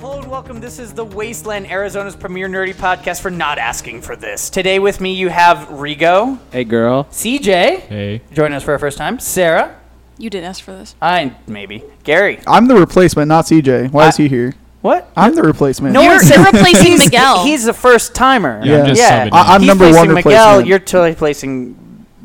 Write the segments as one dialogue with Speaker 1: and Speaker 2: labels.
Speaker 1: welcome. This is the Wasteland, Arizona's premier nerdy podcast for not asking for this. Today with me you have Rigo,
Speaker 2: Hey, girl.
Speaker 1: CJ,
Speaker 3: Hey.
Speaker 1: join us for our first time, Sarah,
Speaker 4: You didn't ask for this.
Speaker 1: I maybe Gary.
Speaker 5: I'm the replacement, not CJ. Why is
Speaker 1: I-
Speaker 5: he here?
Speaker 1: What?
Speaker 5: I'm the replacement.
Speaker 1: No
Speaker 4: You're,
Speaker 1: one Oh, said-
Speaker 4: you're replacing
Speaker 1: he's,
Speaker 4: Miguel.
Speaker 1: He's the first timer.
Speaker 3: Yeah, I'm just subbing
Speaker 5: I- I'm
Speaker 1: He's
Speaker 5: number
Speaker 1: placing
Speaker 5: one
Speaker 1: Miguel.
Speaker 5: replacement.
Speaker 1: You're totally placing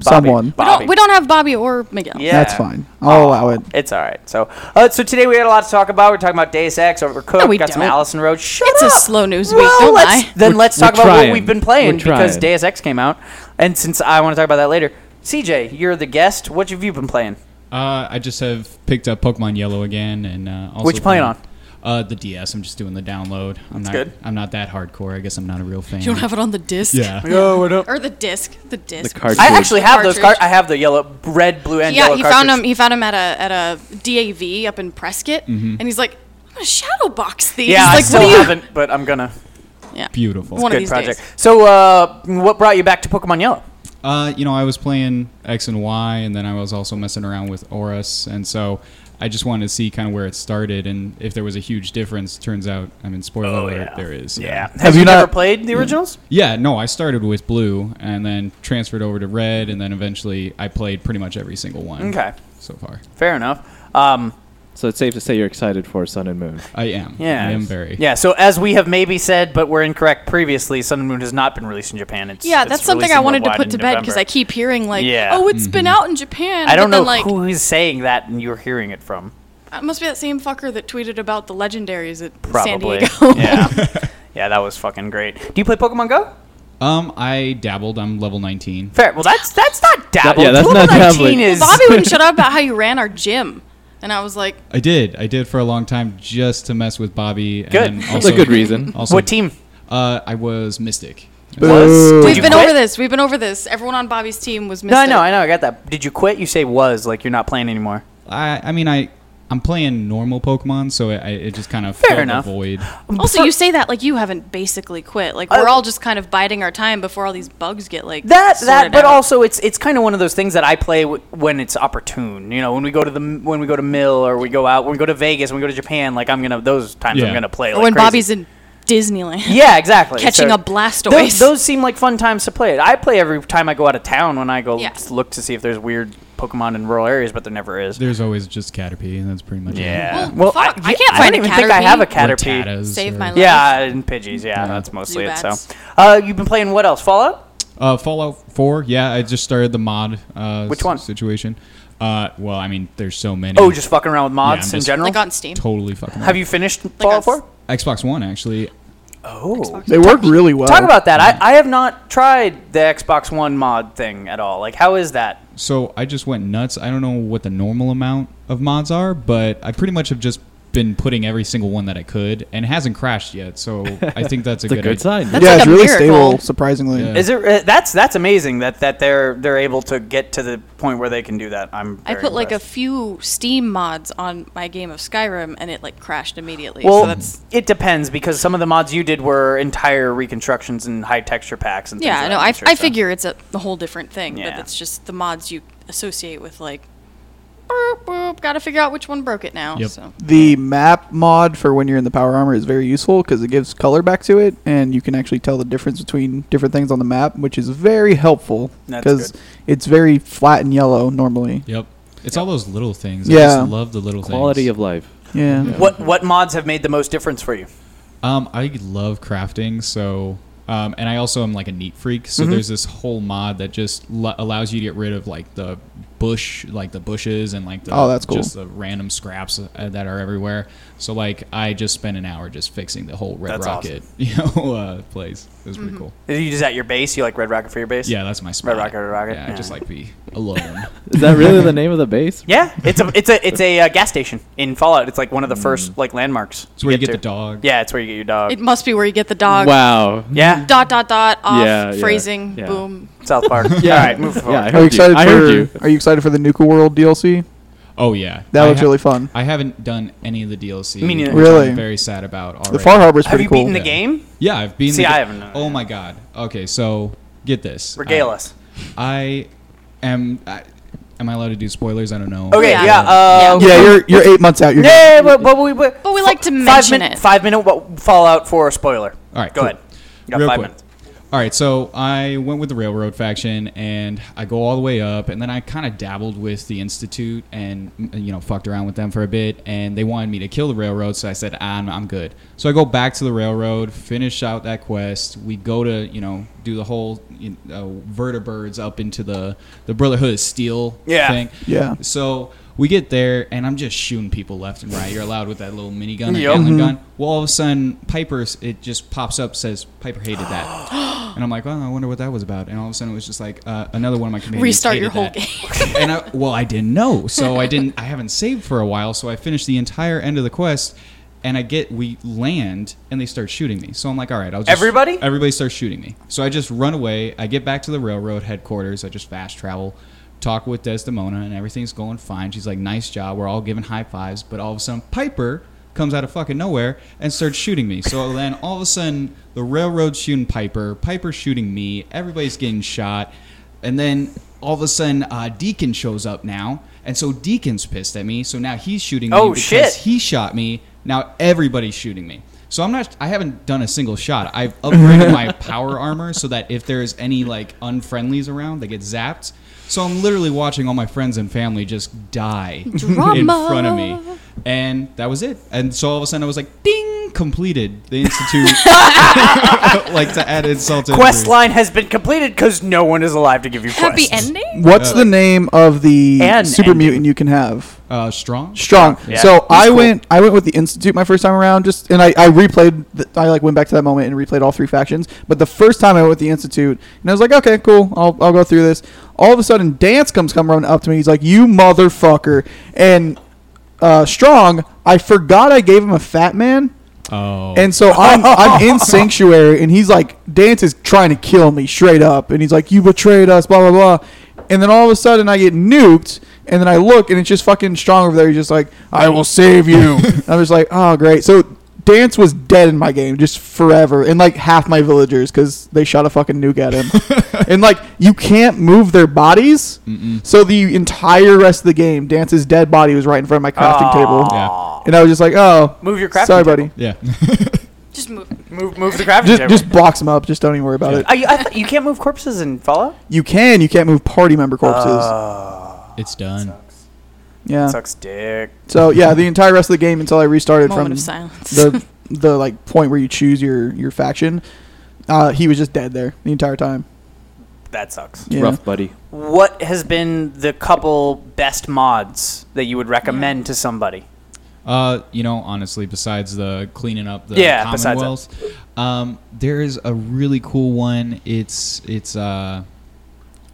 Speaker 1: Bobby.
Speaker 5: Someone.
Speaker 4: we,
Speaker 1: Bobby.
Speaker 4: don't, we don't have Bobby or Miguel.
Speaker 1: Yeah. Oh,
Speaker 5: That's fine. I'll allow it.
Speaker 1: It's all right. So, uh, so today we had a lot to talk about. We're talking about Deus Ex, Overcooked.
Speaker 4: No, we
Speaker 1: got some
Speaker 4: don't.
Speaker 1: Allison Road. Shut
Speaker 4: It's a
Speaker 1: up.
Speaker 4: slow news week,
Speaker 1: Well,
Speaker 4: don't
Speaker 1: let's,
Speaker 4: lie.
Speaker 1: Then let's
Speaker 2: we're
Speaker 1: talk about what
Speaker 2: trying.
Speaker 1: we've been
Speaker 2: We're
Speaker 1: playing because
Speaker 2: trying.
Speaker 1: Deus Ex came out, and since I want to talk about that later, CJ, you're the guest. What have you been playing?
Speaker 3: Uh, I just have picked up Pokemon Yellow again, and uh, also
Speaker 1: What you playing on?
Speaker 3: Uh, the DS. I'm just doing the download. I'm not.
Speaker 1: good.
Speaker 3: I'm not that hardcore. I guess I'm not a real fan.
Speaker 4: You don't have it on the disc?
Speaker 3: Yeah.
Speaker 4: Or the disc. The disc.
Speaker 2: cartridge.
Speaker 1: I
Speaker 2: Dude.
Speaker 1: actually have those. Car-
Speaker 4: Cartridge.
Speaker 1: I have the yellow, red, blue, and
Speaker 4: Yeah,
Speaker 1: yellow
Speaker 4: he
Speaker 1: cartridge.
Speaker 4: found him. He found him at a at a DAV up in Prescott, and he's like, "I'm gonna shadow box these."
Speaker 1: Yeah,
Speaker 4: like,
Speaker 1: I
Speaker 4: what
Speaker 1: still
Speaker 4: do you?
Speaker 1: haven't, but I'm gonna.
Speaker 4: Yeah.
Speaker 3: Beautiful.
Speaker 4: One of
Speaker 1: Good
Speaker 4: these
Speaker 1: project.
Speaker 4: days.
Speaker 1: So, uh, what brought you back to Pokemon Yellow?
Speaker 3: Uh, you know, I was playing X and Y, and then I was also messing around with Oris, and so I just wanted to see kind of where it started and if there was a huge difference. Turns out, I mean, spoiler
Speaker 1: Oh,
Speaker 3: alert, Oh, there is.
Speaker 1: Have,
Speaker 5: Have
Speaker 1: you,
Speaker 5: you not-
Speaker 1: never played the originals?
Speaker 3: Yeah, no, I started with blue and then transferred over to red, and then eventually I played pretty much every single one.
Speaker 1: Okay.
Speaker 3: So far,
Speaker 1: Fair enough. Um,
Speaker 2: So it's safe to say you're excited for Sun and Moon.
Speaker 3: I am.
Speaker 1: Yeah.
Speaker 3: I am very.
Speaker 1: Yeah, so as we have maybe said, but were incorrect previously, Sun and Moon has not been released in Japan. It's,
Speaker 4: Yeah,
Speaker 1: it's
Speaker 4: that's something
Speaker 1: releasing
Speaker 4: I wanted to
Speaker 1: worldwide
Speaker 4: put
Speaker 1: in
Speaker 4: to bed because
Speaker 1: November.
Speaker 4: I keep hearing like,
Speaker 1: Yeah.
Speaker 4: "Oh, it's been out in Japan."
Speaker 1: I don't know
Speaker 4: but then, like,
Speaker 1: who's saying that and you're hearing it from.
Speaker 4: It must be that same fucker that tweeted about the legendaries at San
Speaker 1: Probably.
Speaker 4: Diego.
Speaker 1: yeah. Yeah, that was fucking great. Do you play Pokemon Go?
Speaker 3: Um, I dabbled. I'm level 19.
Speaker 1: Fair. Well, that's that's not dabble.
Speaker 2: yeah, that's
Speaker 1: Pokemon
Speaker 2: not
Speaker 1: 19
Speaker 2: dabbling.
Speaker 1: Is,
Speaker 4: Bobby wouldn't shut up about how you ran our gym, and I was like,
Speaker 3: I did. I did for a long time just to mess with Bobby. And
Speaker 1: Good.
Speaker 3: then
Speaker 1: That's
Speaker 2: That's a good reason.
Speaker 3: Also,
Speaker 1: what team?
Speaker 3: Uh, I was Mystic.
Speaker 5: Boo.
Speaker 1: Did
Speaker 4: "We've
Speaker 1: you
Speaker 4: been
Speaker 1: quit?
Speaker 4: over this. We've been over this. Everyone on Bobby's team was
Speaker 1: No,
Speaker 4: missing."
Speaker 1: I know, I know, I got that. Did you quit? You say was like you're not playing anymore.
Speaker 3: I, I mean, I I'm playing normal Pokemon, so it, I- it just kind of
Speaker 1: Fair
Speaker 3: filled the
Speaker 1: enough.
Speaker 3: void.
Speaker 4: Also, you say that like you haven't basically quit. Like we're all just kind of biding our time before all these bugs get like
Speaker 1: Oh. That that,
Speaker 4: sorted
Speaker 1: but
Speaker 4: out.
Speaker 1: also it's it's kind of one of those things that I play w- when it's opportune. You know, when we go to the m- when we go to Mill or we go out when we go to Vegas, when we go to Japan. Like I'm gonna those times I'm
Speaker 3: Yeah.
Speaker 1: gonna play.
Speaker 4: Or
Speaker 1: Like
Speaker 4: when
Speaker 1: crazy.
Speaker 4: Bobby's in Disneyland.
Speaker 1: yeah, exactly
Speaker 4: catching
Speaker 1: So
Speaker 4: a Blastoise.
Speaker 1: Those, those seem like fun times to play it. I play every time I go out of town when I go
Speaker 4: Yeah.
Speaker 1: look to see if there's weird Pokemon in rural areas, but there never is.
Speaker 3: There's always just Caterpie, and that's pretty much it.
Speaker 4: Well, fuck, I can't find
Speaker 1: don't
Speaker 4: a
Speaker 1: even think I have a
Speaker 3: Or
Speaker 1: Caterpie.
Speaker 3: Tattas
Speaker 4: Save
Speaker 3: or-
Speaker 4: my life.
Speaker 1: Yeah, and Pidgeys. Yeah, that's mostly it. So,
Speaker 4: Zubats.
Speaker 1: uh, you've been playing what else? Fallout.
Speaker 3: Uh, Fallout 4. Yeah, I just started the mod. Uh,
Speaker 1: Which
Speaker 3: s-
Speaker 1: one?
Speaker 3: Situation. Uh, well, I mean, there's so many.
Speaker 1: Oh, just fucking around with mods
Speaker 3: I'm
Speaker 1: in
Speaker 3: just-
Speaker 1: general.
Speaker 4: Like on Steam.
Speaker 3: totally fucking.
Speaker 1: have you finished
Speaker 4: on
Speaker 1: Fallout Four?
Speaker 3: Xbox One actually?
Speaker 1: Oh,
Speaker 5: They work really well.
Speaker 1: talk about that.
Speaker 3: Mm-hmm.
Speaker 1: I, I have not tried the Xbox One mod thing at all. Like, how is that?
Speaker 3: so I just went nuts. I don't know what the normal amount of mods are, but I pretty much have just been putting every single one that I could, and it hasn't crashed yet. So I think that's a
Speaker 2: It's a
Speaker 3: good,
Speaker 2: good
Speaker 3: idea.
Speaker 2: sign.
Speaker 4: That's
Speaker 5: yeah,
Speaker 4: like
Speaker 5: it's
Speaker 4: a
Speaker 5: really
Speaker 4: miracle.
Speaker 5: stable, surprisingly.
Speaker 3: Yeah.
Speaker 1: Is it uh, that's that's amazing that that they're they're able to get to the point where they can do that. I'm.
Speaker 4: I
Speaker 1: very
Speaker 4: put like a
Speaker 1: impressed.
Speaker 4: few Steam mods on my game of Skyrim, and it like crashed immediately.
Speaker 1: Well,
Speaker 4: so that's
Speaker 1: it depends because some of the mods you did were entire reconstructions and high texture packs and things
Speaker 4: yeah.
Speaker 1: of
Speaker 4: No,
Speaker 1: that
Speaker 4: I,
Speaker 1: nature,
Speaker 4: I
Speaker 1: so.
Speaker 4: figure it's a, a whole different thing,
Speaker 1: Yeah.
Speaker 4: but it's just the mods you associate with like. Boop, boop, gotta figure out which one broke it now.
Speaker 3: Yep.
Speaker 4: So
Speaker 5: The map mod for when you're in the power armor is very useful because it gives color back to it, and you can actually tell the difference between different things on the map, which is very helpful
Speaker 1: That's good.
Speaker 5: it's very flat and yellow normally.
Speaker 3: Yep. It's all those little things. I
Speaker 5: Yeah.
Speaker 3: just love the little
Speaker 2: Quality
Speaker 3: things.
Speaker 2: of life.
Speaker 5: Yeah.
Speaker 1: What what mods have made the most difference for you?
Speaker 3: Um, I love crafting, so um, and I also am like a neat freak. So
Speaker 5: Mm-hmm.
Speaker 3: there's this whole mod that just lo- allows you to get rid of like the bush, like the bushes and like the
Speaker 5: Oh, that's cool.
Speaker 3: just the random scraps uh, that are everywhere. So like I just spent an hour just fixing the whole Red
Speaker 1: That's
Speaker 3: Rocket, you know, uh, place. It was
Speaker 5: Mm-hmm.
Speaker 3: pretty cool.
Speaker 1: Is you just at your base? You like Red Rocket for your base?
Speaker 3: Yeah, that's my spot.
Speaker 1: Rocket, Red Rocket,
Speaker 3: Yeah, I
Speaker 1: yeah.
Speaker 3: just like be alone.
Speaker 2: Is that really the name of the base?
Speaker 1: Yeah, it's a it's a it's a uh, gas station in Fallout. It's like one of the first like landmarks.
Speaker 3: Mm. It's where you get
Speaker 1: to.
Speaker 3: the dog.
Speaker 1: Yeah, it's where you get your dog.
Speaker 4: it must be where you get the dog.
Speaker 2: Wow.
Speaker 1: yeah,
Speaker 4: Dot dot dot off
Speaker 2: Yeah, yeah,
Speaker 4: phrasing
Speaker 2: yeah.
Speaker 4: boom.
Speaker 1: South Park.
Speaker 2: Yeah.
Speaker 1: All right, move forward.
Speaker 2: Yeah,
Speaker 5: Are
Speaker 2: I
Speaker 5: you
Speaker 2: heard you.
Speaker 5: excited
Speaker 2: I
Speaker 5: for
Speaker 2: heard you.
Speaker 5: Are you excited for the Nuka World DLC?
Speaker 3: Oh yeah,
Speaker 5: That
Speaker 3: I
Speaker 5: looks really fun.
Speaker 3: I haven't done any of the DLC.
Speaker 1: Me neither.
Speaker 3: which I'm
Speaker 5: Really?
Speaker 3: very sad about. Already.
Speaker 5: The Far Harbor's
Speaker 1: Have
Speaker 5: pretty
Speaker 1: you
Speaker 5: cool.
Speaker 1: beaten the
Speaker 3: Yeah.
Speaker 1: game?
Speaker 3: Yeah, I've been.
Speaker 1: See,
Speaker 3: the
Speaker 1: I haven't done
Speaker 3: Oh
Speaker 1: it.
Speaker 3: my Uh, god. Okay, so get this.
Speaker 1: Regale
Speaker 3: I,
Speaker 1: us.
Speaker 3: I am. I, am I allowed to do spoilers? I don't know.
Speaker 1: Okay,
Speaker 4: Yeah.
Speaker 1: yeah.
Speaker 4: Yeah.
Speaker 1: uh,
Speaker 5: Yeah, you're you're eight months out. You're good.
Speaker 1: Yeah, but, but we but,
Speaker 4: But we like to
Speaker 1: five
Speaker 4: mention
Speaker 1: minute,
Speaker 4: it.
Speaker 1: Five minute wa- fallout for a spoiler.
Speaker 3: All right,
Speaker 1: go
Speaker 3: cool.
Speaker 1: ahead. You got
Speaker 3: Real
Speaker 1: five
Speaker 3: quick.
Speaker 1: minutes.
Speaker 3: All right, so I went with the Railroad faction, and I go all the way up, and then I kind of dabbled with the Institute, and mm, you know, fucked around with them for a bit, and they wanted me to kill the Railroad, so I said, ah, I'm, I'm good. So I go back to the Railroad, finish out that quest. We go to you know do the whole you know, vertebrates up into the the Brotherhood of Steel
Speaker 1: Yeah.
Speaker 3: thing.
Speaker 5: Yeah.
Speaker 3: So we get there, and I'm just shooting people left and right. You're allowed with that little minigun, that
Speaker 1: Yep.
Speaker 4: Mm-hmm.
Speaker 3: Gatling gun. Well, all of a sudden, Piper's it just pops up says Piper hated that, and I'm like, well, I wonder what that was about. And all of a sudden, it was just like uh, another one of my companions
Speaker 4: Restart your
Speaker 3: hated
Speaker 4: whole
Speaker 3: that. and I, well, I didn't know, so I didn't. I haven't saved for a while, so I finished the entire end of the quest. And I get we land and they start shooting me. So I'm like, all right, I'll just
Speaker 1: Everybody?
Speaker 3: Everybody starts shooting me. So I just run away. I get back to the railroad headquarters. I just fast travel, talk with Desdemona, and everything's going fine. She's like, nice job. We're all giving high fives. But all of a sudden, Piper comes out of fucking nowhere and starts shooting me. So then all of a sudden, the railroad's shooting Piper. Piper's shooting me. Everybody's getting shot. And then all of a sudden, uh, Deacon shows up now. And so Deacon's pissed at me. So now he's shooting me
Speaker 1: Oh,
Speaker 3: because
Speaker 1: shit.
Speaker 3: he shot me. Now everybody's shooting me. So I'm not. I haven't done a single shot. I've upgraded my power armor so that if there is any like unfriendlies around, they get zapped. So I'm literally watching all my friends and family just die in
Speaker 4: Drama.
Speaker 3: front of me, and that was it. And so all of a sudden I was like, "Ding!" Completed the institute. like to add insult to
Speaker 1: Quest
Speaker 3: injury.
Speaker 1: line has been completed because no one is alive to give you
Speaker 4: Happy
Speaker 1: quests.
Speaker 4: ending?
Speaker 5: What's the name of the
Speaker 1: And
Speaker 5: super
Speaker 1: ending.
Speaker 5: mutant you can have?
Speaker 3: Uh, strong.
Speaker 5: Strong.
Speaker 1: Yeah.
Speaker 5: So I
Speaker 1: cool.
Speaker 5: went I went with the Institute my first time around just and I, I replayed the, I like went back to that moment and replayed all three factions. But the first time I went with the Institute and I was like, okay, cool, I'll, I'll go through this. All of a sudden Dance comes come running up to me, he's like, You motherfucker and uh, strong, I forgot I gave him a fat man.
Speaker 3: Oh.
Speaker 5: And so I'm I'm in sanctuary, and he's like, Dance is trying to kill me straight up, and he's like, "You betrayed us," blah blah blah. And then all of a sudden, I get nuked, and then I look, and it's just fucking strong over there. He's just like, "I will save you." And I'm just like, "Oh great." So Dance was dead in my game, just forever, and like half my villagers because they shot a fucking nuke at him. and like you can't move their bodies, so the entire rest of the game, Dance's dead body was right in front of my crafting table,
Speaker 3: Yeah.
Speaker 5: and I was just like, "Oh,
Speaker 1: Move your crafting
Speaker 5: sorry,
Speaker 1: table.
Speaker 5: buddy."
Speaker 3: Yeah.
Speaker 4: Just move.
Speaker 1: Move, move the crafting
Speaker 5: just
Speaker 1: table.
Speaker 5: just box them up. Just don't even worry about it.
Speaker 1: Are you, I th- you can't move corpses in Fallout.
Speaker 5: You can. You can't move party
Speaker 1: Uh,
Speaker 5: member corpses.
Speaker 3: it's done.
Speaker 5: yeah.
Speaker 1: Sucks dick.
Speaker 5: So yeah, the entire rest of the game until I restarted
Speaker 4: Moment
Speaker 5: from
Speaker 4: of silence.
Speaker 5: the the like point where you choose your your faction. Uh, he was just dead there the entire time.
Speaker 1: That sucks.
Speaker 5: Yeah.
Speaker 2: Rough buddy.
Speaker 1: What has been the couple best mods that you would recommend to somebody?
Speaker 3: Uh, you know, honestly, besides the cleaning up the
Speaker 1: Yeah, besides that.
Speaker 3: commonwealths, um, there is a really cool one. It's it's uh,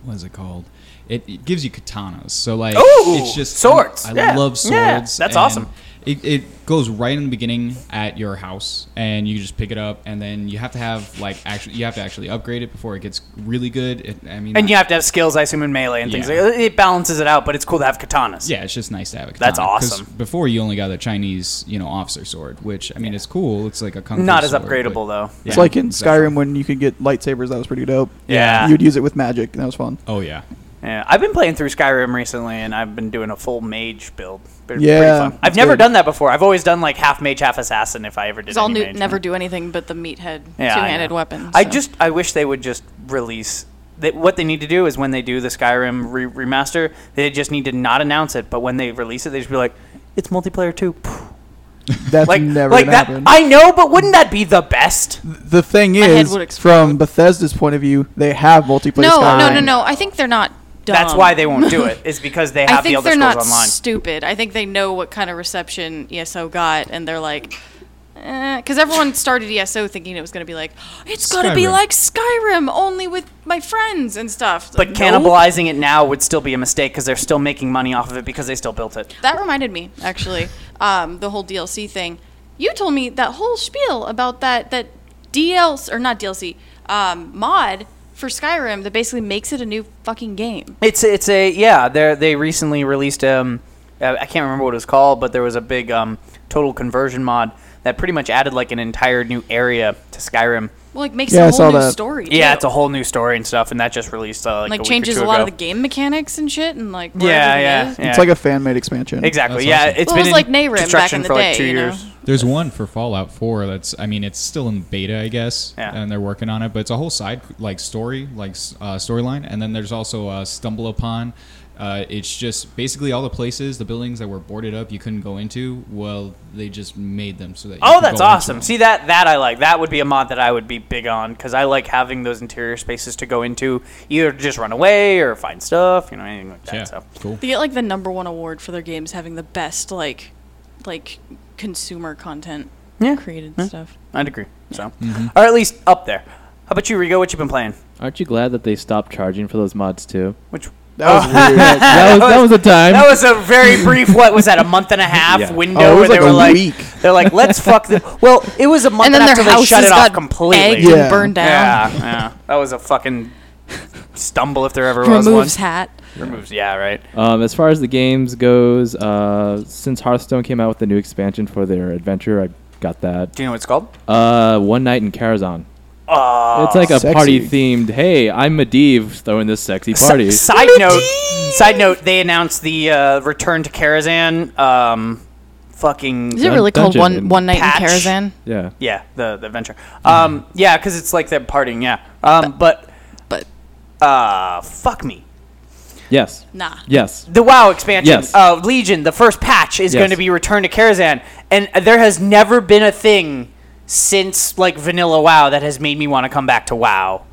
Speaker 3: what is it called? It, it gives you katanas. So like,
Speaker 1: Ooh,
Speaker 3: it's just
Speaker 1: swords.
Speaker 3: I,
Speaker 1: Yeah,
Speaker 3: love swords.
Speaker 1: yeah, that's
Speaker 3: and
Speaker 1: awesome.
Speaker 3: It, it goes right in the beginning at your house, and you just pick it up, and then you have to have like actually you have to actually upgrade it before it gets really good. It, I mean,
Speaker 1: And you have to have skills, I assume, in melee and things.
Speaker 3: Yeah.
Speaker 1: Like, it balances it out, but it's cool to have katanas.
Speaker 3: Yeah, it's just nice to have a katana.
Speaker 1: That's
Speaker 3: 'cause
Speaker 1: awesome.
Speaker 3: Before you only got the Chinese, you know, officer sword, which I mean, it's cool. It's like a kung fu
Speaker 1: Not as
Speaker 3: sword,
Speaker 1: upgradable
Speaker 3: but-
Speaker 1: though.
Speaker 5: It's
Speaker 3: Yeah,
Speaker 5: like in
Speaker 3: exactly.
Speaker 5: Skyrim when you could get lightsabers. That was pretty dope.
Speaker 1: Yeah.
Speaker 5: You'd use it with magic, and that was fun.
Speaker 3: Oh yeah,
Speaker 1: Yeah, I've been playing through Skyrim recently, and I've been doing a full mage build. Been pretty
Speaker 5: Yeah,
Speaker 1: fun. I've
Speaker 5: that's
Speaker 1: never
Speaker 5: good.
Speaker 1: done that before. I've always done like half mage, half assassin. If I ever did,
Speaker 4: Because I'll
Speaker 1: any
Speaker 4: new,
Speaker 1: mage.
Speaker 4: never do anything but the meathead
Speaker 1: Yeah, I
Speaker 4: two-handed
Speaker 1: know.
Speaker 4: weapon.
Speaker 1: I
Speaker 4: so.
Speaker 1: just I wish they would just release. That what they need to do is when they do the Skyrim re- remaster, they just need to not announce it. But when they release it, they just be like, "It's multiplayer too."
Speaker 5: That's
Speaker 1: Like,
Speaker 5: never
Speaker 1: like
Speaker 5: gonna
Speaker 1: that.
Speaker 5: happen.
Speaker 1: I know, but wouldn't that be the best?
Speaker 5: the thing
Speaker 4: My head
Speaker 5: is,
Speaker 4: would explode.
Speaker 5: from Bethesda's point of view, they have multiplayer.
Speaker 4: no,
Speaker 5: Skyrim.
Speaker 4: no, no, no. I think they're not dumb.
Speaker 1: That's why they won't do it. Is because they
Speaker 4: I
Speaker 1: have the
Speaker 4: think
Speaker 1: Elder
Speaker 4: they're
Speaker 1: Scrolls
Speaker 4: not
Speaker 1: Online.
Speaker 4: stupid. I think they know what kind of reception ESO got, and they're like, because everyone started ESO thinking it was going to be like, it's going to be
Speaker 3: Skyrim.
Speaker 4: like Skyrim, only with my friends and stuff.
Speaker 1: But
Speaker 4: No.
Speaker 1: cannibalizing it now would still be a mistake because they're still making money off of it because they still built it.
Speaker 4: That reminded me, actually, um, the whole DLC thing. You told me that whole spiel about that that DLC or not DLC um, mod for Skyrim that basically makes it a new fucking game.
Speaker 1: It's it's a yeah. They they recently released um, uh, I can't remember what it was called, but there was a big um total conversion mod that pretty much added like an entire new area to Skyrim.
Speaker 4: Well, like makes
Speaker 5: Yeah, I
Speaker 4: a
Speaker 5: saw
Speaker 4: whole new
Speaker 5: that.
Speaker 4: story.
Speaker 1: Yeah,
Speaker 4: too.
Speaker 1: it's a whole new story and stuff, and that just released uh, like,
Speaker 4: like
Speaker 1: a week or
Speaker 4: changes
Speaker 1: two
Speaker 4: a lot
Speaker 1: ago.
Speaker 4: of the game mechanics and shit, and like where
Speaker 1: Yeah,
Speaker 4: everything
Speaker 1: yeah,
Speaker 4: is.
Speaker 1: yeah.
Speaker 5: It's like a fan made expansion.
Speaker 1: exactly.
Speaker 3: That's
Speaker 1: yeah,
Speaker 3: awesome.
Speaker 4: Well, it
Speaker 1: been
Speaker 4: was
Speaker 1: in
Speaker 4: like Nehrim back
Speaker 1: construction
Speaker 4: in the
Speaker 1: for
Speaker 4: day,
Speaker 1: like two
Speaker 4: you know?
Speaker 1: years.
Speaker 3: There's one for Fallout 4 that's I mean it's still in beta I guess
Speaker 1: Yeah.
Speaker 3: and they're working on it but it's a whole side like story like s- uh, storyline and then there's also uh, stumble upon uh, it's just basically all the places the buildings that were boarded up you couldn't go into well they just made them so that you
Speaker 1: Oh,
Speaker 3: could
Speaker 1: that's
Speaker 3: go into
Speaker 1: awesome.
Speaker 3: them.
Speaker 1: See that that I like. That would be a mod that I would be big on because I like having those interior spaces to go into, either to just run away or find stuff, you know, anything like that.
Speaker 3: yeah
Speaker 1: So
Speaker 3: cool
Speaker 4: They get like the number one award for their games having the best like like consumer content
Speaker 1: Yeah.
Speaker 4: created stuff.
Speaker 1: I'd agree. So,
Speaker 3: Mm-hmm.
Speaker 1: or at least up there. How about you, Rigo? What you been playing?
Speaker 2: Aren't you glad that they stopped charging for those mods too?
Speaker 1: Which
Speaker 5: That
Speaker 1: Oh.
Speaker 5: was weird.
Speaker 2: That was, that was a time.
Speaker 1: that was a very brief. What was that? A month and a half
Speaker 2: Yeah.
Speaker 1: window
Speaker 5: Oh, it was
Speaker 1: where they
Speaker 5: like
Speaker 1: were
Speaker 5: a
Speaker 1: like,
Speaker 5: week.
Speaker 1: they're like, let's fuck the. Well, it was a month
Speaker 4: And then
Speaker 1: after
Speaker 4: their
Speaker 1: they
Speaker 4: houses
Speaker 1: shut it
Speaker 4: got
Speaker 1: off completely.
Speaker 4: egged and
Speaker 5: Yeah.
Speaker 4: burned down.
Speaker 1: Yeah, yeah. That was a fucking stumble if there ever was one.
Speaker 4: Removes hat.
Speaker 1: Removes. Yeah, right.
Speaker 2: Um, as far as the games goes, uh, since Hearthstone came out with the new expansion for their adventure, I got that.
Speaker 1: Do you know what it's called?
Speaker 2: Uh, One Night in Karazhan.
Speaker 1: Oh,
Speaker 2: it's like a
Speaker 5: sexy.
Speaker 2: party themed. Hey, I'm Medivh throwing this sexy party.
Speaker 1: Si- side note. Side note. They announced the uh, return to Karazhan. Um, fucking
Speaker 4: Is it
Speaker 2: Dun-
Speaker 4: really called
Speaker 2: dungeon
Speaker 4: one
Speaker 2: and
Speaker 4: one night
Speaker 1: patch.
Speaker 4: in Karazhan?
Speaker 2: yeah.
Speaker 1: yeah, the the adventure. Um, yeah, because it's like they're partying. Yeah. Um, but
Speaker 4: But
Speaker 1: uh, fuck me.
Speaker 2: Yes.
Speaker 4: nah.
Speaker 2: Yes.
Speaker 1: The WoW expansion
Speaker 2: Yes.
Speaker 1: of Legion, the first patch is
Speaker 2: Yes.
Speaker 1: going to be Return to Karazhan, and there has never been a thing since like Vanilla WoW that has made me want to come back to WoW